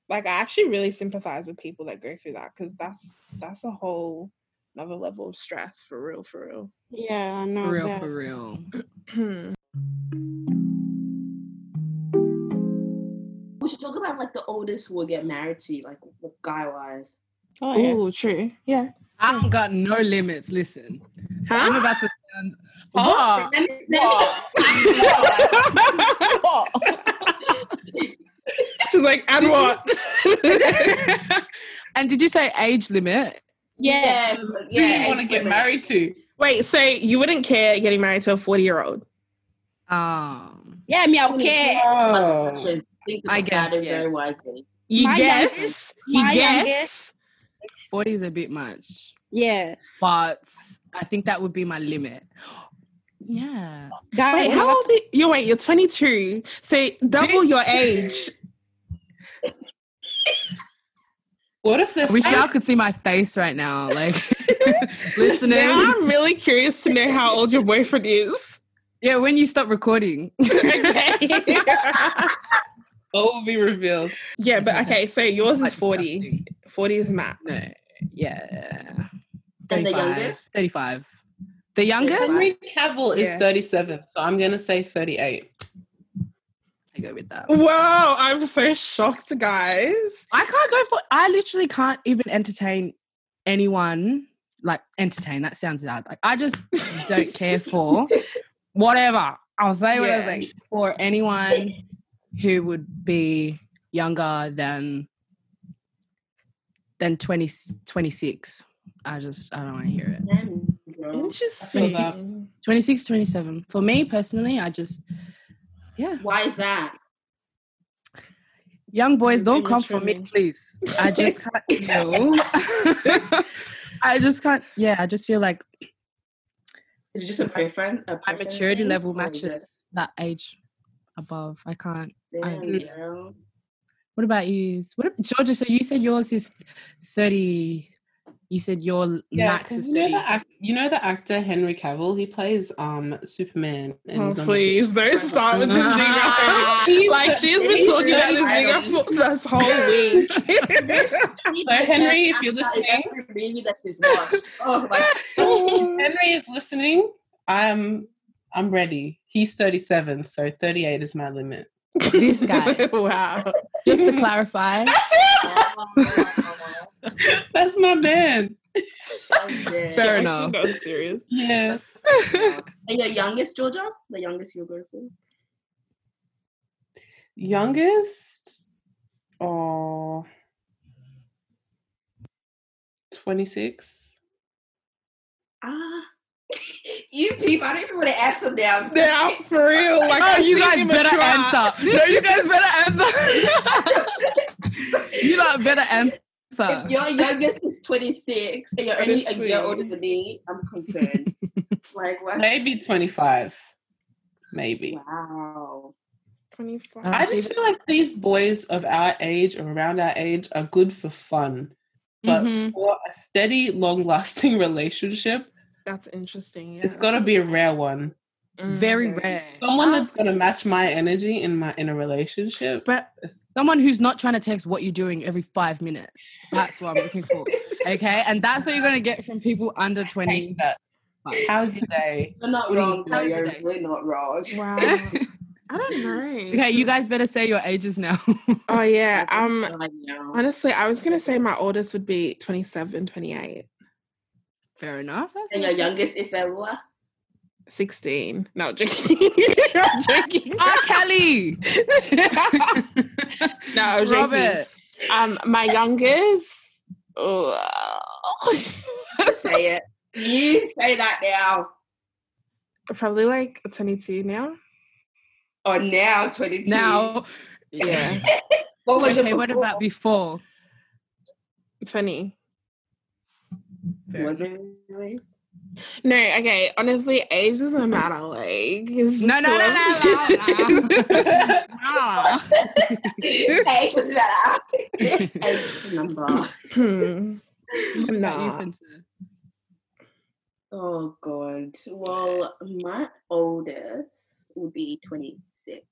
A: Like I actually really sympathize with people that go through that because that's that's a whole another level of stress for real, for real.
D: Yeah, I know.
B: For real,
D: but-
B: for real.
A: [clears throat]
E: We should talk about like the oldest we'll get married to, like guy wise.
D: Oh, yeah.
A: Oh, true. [laughs] Yeah.
B: I don't got no limits. Listen. So I'm about to sound
A: Huh?
B: What?
E: Let me, let
A: [laughs]
E: me
D: [laughs]
A: She's like, and what?
B: and did you say age limit?
D: yeah.
E: yeah,
C: Who do
E: yeah.
C: you want to get married to?
A: Wait, so you wouldn't care getting married to a 40 year old?
B: Um
D: Yeah, me, okay.
C: Oh.
E: Think
B: I
E: about
B: guess,
E: it
B: yeah.
E: very wisely.
A: You
D: My
A: guess?
D: youngest-
A: you
D: my
A: guess?
D: youngest-
B: 40 is a bit much.
D: Yeah.
B: But I think that would be my limit. Yeah.
D: Guys,
A: Wait, how old are you? you? Wait, you're 22. So double
C: Bitch.
A: your
B: [laughs]
A: age.
C: [laughs] What if they're
B: I wish
C: fat?
B: y'all could see my face right now. Like [laughs]
A: Now
B: listeners.
A: I'm really curious to know how old your boyfriend
B: [laughs]
A: is.
B: Yeah, when you stop recording.
A: okay.
C: All will be revealed.
A: [laughs] yeah, but okay, so yours is
B: Like
A: 40.
B: disgusting.
A: 40 is max.
B: No. Yeah.
E: And the
B: 35,
E: youngest?
B: 35. The youngest?
E: Henry
C: Henry Cavill
A: is
C: is 37, so I'm going to say 38.
B: I go with that.
A: Wow, I'm so shocked, guys.
B: I can't go for I literally can't even entertain anyone like entertain. That sounds bad. Like I just don't care
A: [laughs]
B: for whatever. I'll say what I
A: Yeah.
B: was like for anyone who would be younger than than 20, 26. I just I don't want to hear it.
E: Damn, girl.
A: Interesting.
B: that. 26, 27. For me personally, I just yeah.
E: Why is that?
B: Young boys, don't come
A: Immature
B: for me,
A: men.
B: please. I just
A: [laughs]
B: can't deal. [laughs] I just can't. Yeah, I just feel like
E: Is it just a preference? A
B: my
E: preference
B: maturity
E: thing,
B: level
E: or is
B: matches that age above. I can't.
E: it-
B: I-
E: Damn,
B: yeah.
E: girl.
B: What about you? What about Georgia? So you said yours is thirty. You said your
C: Yeah,
B: max
C: because
B: is
C: you know
B: thirty.
C: the act- you know the actor Henry Cavill. He plays um Superman. And
A: Oh,
C: he's on the-
A: please don't start with this
C: [laughs]
A: nigga. like she's been
E: He's
A: talking about this
E: really
A: nigga for this whole
C: [laughs]
A: week.
E: Sweet
C: But Henry,
E: Princess
C: if
E: Anna
C: you're
E: is
C: listening-
E: every movie that she's watched. Oh
C: [laughs]
E: my
A: Oh.
C: Henry is listening. I'm I'm ready. He's 37, so 38 is my limit.
B: This guy.
A: [laughs] wow.
B: Just to
C: [laughs]
B: clarify,
C: That's it.
E: god.
C: That's my man.
B: Fair
A: You're actually
B: enough.
A: Not serious.
C: Yeah.
E: Oh, and your youngest, Georgia? The youngest you'll go for?
C: Youngest. Oh. 26.
E: Ah. [laughs] you people, I don't even want to ask them now.
A: They're out for real. Like,
B: oh,
A: I've
B: you
A: seen
B: guys
A: him
B: better
A: try.
B: answer. No, you guys better answer. [laughs] you lot better answer.
E: If your youngest is 26 and you're only a
A: Honestly.
E: year older than me, I'm
C: [laughs]
E: concerned. like, what?
C: Maybe 25. Maybe.
E: Wow.
A: 25.
B: Uh,
C: I just feel like these boys of our age or around our age are good for fun, but
A: Mhm.
C: for a steady, long lasting [laughs] relationship,
A: That's interesting.
C: it's
A: yeah.
C: got to be a rare one.
A: Mm.
B: Very rare.
C: Someone that's going to match my energy in my in a relationship.
B: But someone who's not trying to text what you're doing every five minutes. That's what I'm
C: [laughs]
B: looking for. Okay. And that's what you're going to get from people under
C: Hate
B: 20.
C: that. How's your day?
E: You're not
C: What do you-
E: wrong, though.
B: How is your
E: You're
B: day?
E: really not wrong.
B: [laughs]
A: Wow. I
B: okay.
A: don't know.
B: You guys better say your ages now. [laughs]
A: Oh, yeah. Um,
E: I know.
A: honestly, I was going to say my oldest would be 27, 28,
B: Fair enough. That's
E: And your
B: not-
E: youngest, if Elua?
A: 16. No, joking. [laughs] I'm joking.
B: R. Kelly.
A: No, I was joking.
B: Robert.
A: Um, my youngest. Oh,
E: say it. You say that now.
A: [laughs] probably like 22 now.
E: Or now, 22.
B: Now.
A: Yeah,
E: What was
B: Okay.
E: it
B: What
E: before?
B: about before?
A: 20.
B: Fair
E: Was it really?
A: No, okay. Honestly, age doesn't matter. Like, it's
B: No,
A: just
B: no, no, no, [laughs] no,
A: what-
B: no. Ah.
E: [laughs] Hey, doesn't matter. Age is a number.
A: Hmm.
B: What about you,
A: Nah.
B: Fencer?
E: Oh god. Well, my oldest would be twenty six,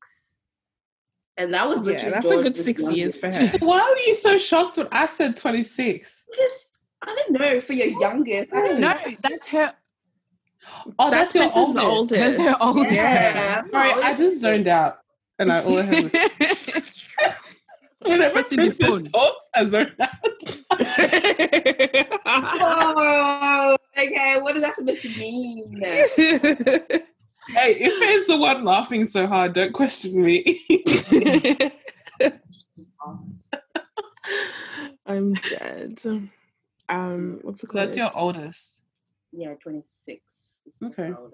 E: and that was
A: Yeah,
E: literally
A: that's a good
E: George's
A: six years
E: youngest.
A: for her.
C: Why were you so shocked when I said 26?
E: Because I don't know for your youngest. I don't
B: No,
E: know.
B: that's her.
C: Oh, that's, your
A: Spencer's
C: oldest.
A: the
B: That's her oldest.
E: Yeah,
C: Sorry, I just zoned out. And I all I
B: [laughs]
C: had was [laughs] whenever
B: Pressing the
C: Princess
B: phone.
C: talks, I zone out.
E: Oh, okay. What is that supposed to mean?
C: Hey, if there's the one laughing so hard, don't question me.
A: [laughs]
C: [laughs]
A: I'm dead. Um, what's it called?
C: that's your oldest.
E: yeah, twenty six.
C: Okay.
A: No,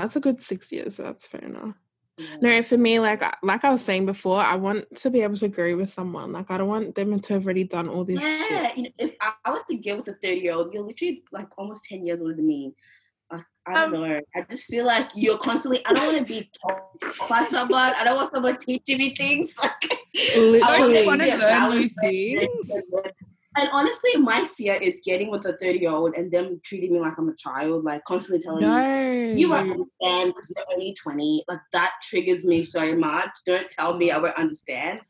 A: that's a good six years, so that's fair enough.
E: Yeah.
A: No, for me, like I- like I was saying before, I want to be able to agree with someone. Like I don't want them to have already done all this
E: Yeah,
A: shit.
E: you know, if I, I was to get with a 30 year old, you're literally like almost 10 years older than me. Like, I
B: Um,
E: don't know. I just feel like you're constantly, I don't want to be taught by someone. I don't want someone teaching me things. [laughs] Like, I
B: Don't
E: want
B: you
E: there
A: Literally.
E: be
B: want to
E: a
B: learn new
E: balance.
B: things?
E: And honestly, my fear is getting with a 30 year old and them treating me like I'm a child, like constantly telling me,
B: No.
E: you won't understand because you're only 20. Like, that triggers me so much. Don't tell me I won't understand.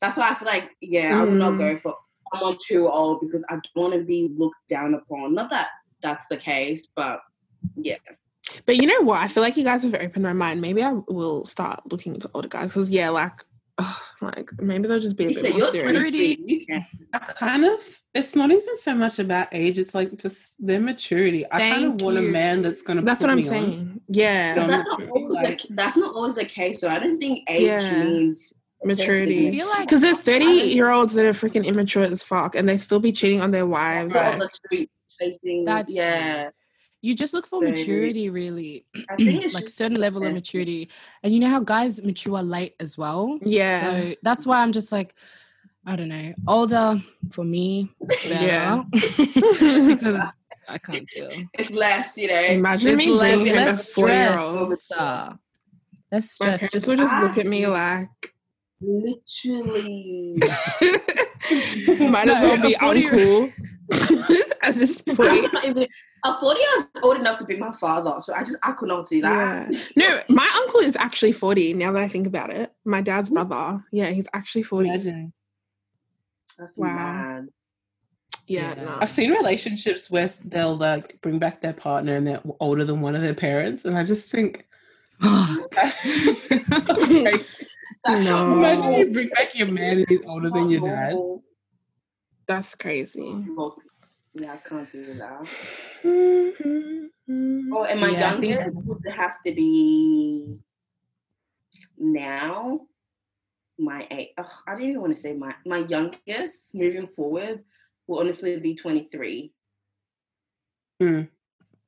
E: That's why I feel like, yeah, I would not
A: Mm.
E: go for someone too old because I don't want to be looked down upon. Not that that's the case, but yeah.
A: But you know what? I feel like [sighs] you guys have opened my mind. Maybe I will start looking into older guys because yeah, like ugh, like maybe they'll just be a
E: Lisa,
A: bit more
E: you're
A: serious.
E: 23. You can.
C: I kind of it's not even so much about age, it's like just their maturity. I kind
B: Thank
C: of want
B: you.
C: a man that's gonna
A: That's
C: put
A: what I'm
C: me on.
A: saying. Yeah,
E: But
C: No,
E: that's
C: maturity,
E: not always
C: like-
E: the that's not always the case. So I don't think age
A: Yeah.
E: means
A: maturity.
B: I feel like
A: Because there's 30
E: I don't-
A: year olds that are freaking immature as fuck and they still be cheating on their wives.
E: They're
C: Right.
E: on the streets chasing.
B: That's-
E: yeah,
B: you just look for
E: So-
B: maturity really
E: I think it's
B: like
E: just
B: certain level of
E: yeah.
B: maturity and you know how guys mature late as well
A: Yeah.
B: so that's why i'm just like i don't know older
A: [laughs]
B: for me better
A: Yeah.
B: [laughs] because i can't deal
E: it's less, you know.
A: Imagine me bringing home a
B: less
A: four year old.
B: stress, uh, less
A: My
B: stress
A: parents
B: just
A: would just look
E: Ah.
A: at me like,
E: Literally,
A: [laughs] might as
B: No,
A: well be
B: a 40-year-old
A: uncool [laughs] at this
E: I'm
A: point.
E: not even a forty years old enough to be my father. So I just I could not do that.
A: No, my uncle is actually 40 now that I think about it. My dad's brother. Yeah, he's actually 40.
C: Imagine.
E: That's
A: Wow.
E: mad.
A: Yeah,
B: Yeah.
A: no.
C: I've seen relationships where they'll like bring back their partner and they're older than one of their parents, and I just think [laughs] that's so crazy.
E: That's not
A: No.
C: Imagine
E: normal.
C: you bring back your man and he's older than
E: Not
C: your dad.
E: normal.
A: That's
E: [laughs]
A: crazy.
E: Look, yeah, I can't do that.
A: Mhm.
E: Oh, and my
B: Yeah, I think-
E: youngest would have to be now. My eight. Ugh, I don't even want to say my my youngest moving forward will honestly be twenty three.
C: Mm.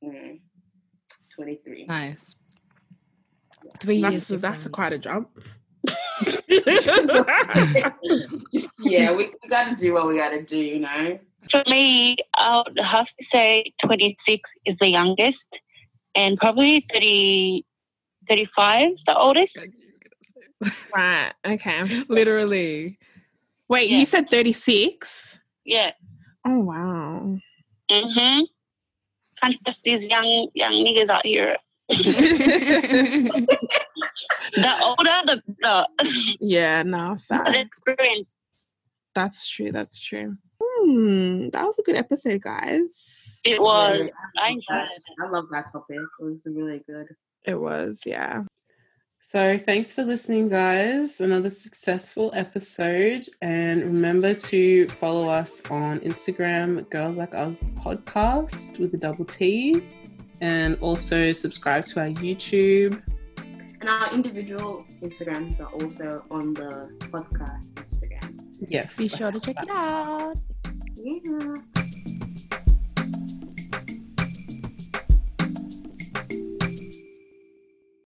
E: Twenty three.
B: [laughs] nice three years
A: That's, that's
B: difference.
A: quite a [laughs] jump.
E: Just yeah, we, we gotta do what we gotta do, you know.
F: For me, I would have to say 26 is the youngest and probably 30, 35 is the oldest.
A: right. Okay.
B: literally
A: Wait,
F: Yeah.
A: you said 36?
F: Yeah.
A: Oh, wow.
F: Mm-hmm. Can't trust these young young niggas out here. [laughs] The older, the, the,
A: yeah, no,
F: the
A: fact.
F: experience.
A: That's true. That's true. Hmm. That was a good episode, guys.
F: It was.
E: Yeah,
F: I enjoyed
E: that's-
F: it.
E: I love that topic. It was really good.
A: It was, yeah.
C: So thanks for listening, guys. Another successful episode, and remember to follow us on Instagram, Girls Like Us Podcast with a double T, and also subscribe to our YouTube.
E: And our individual Instagrams are also on the podcast Instagram.
C: Yes,
B: be sure to check it out
E: Yeah.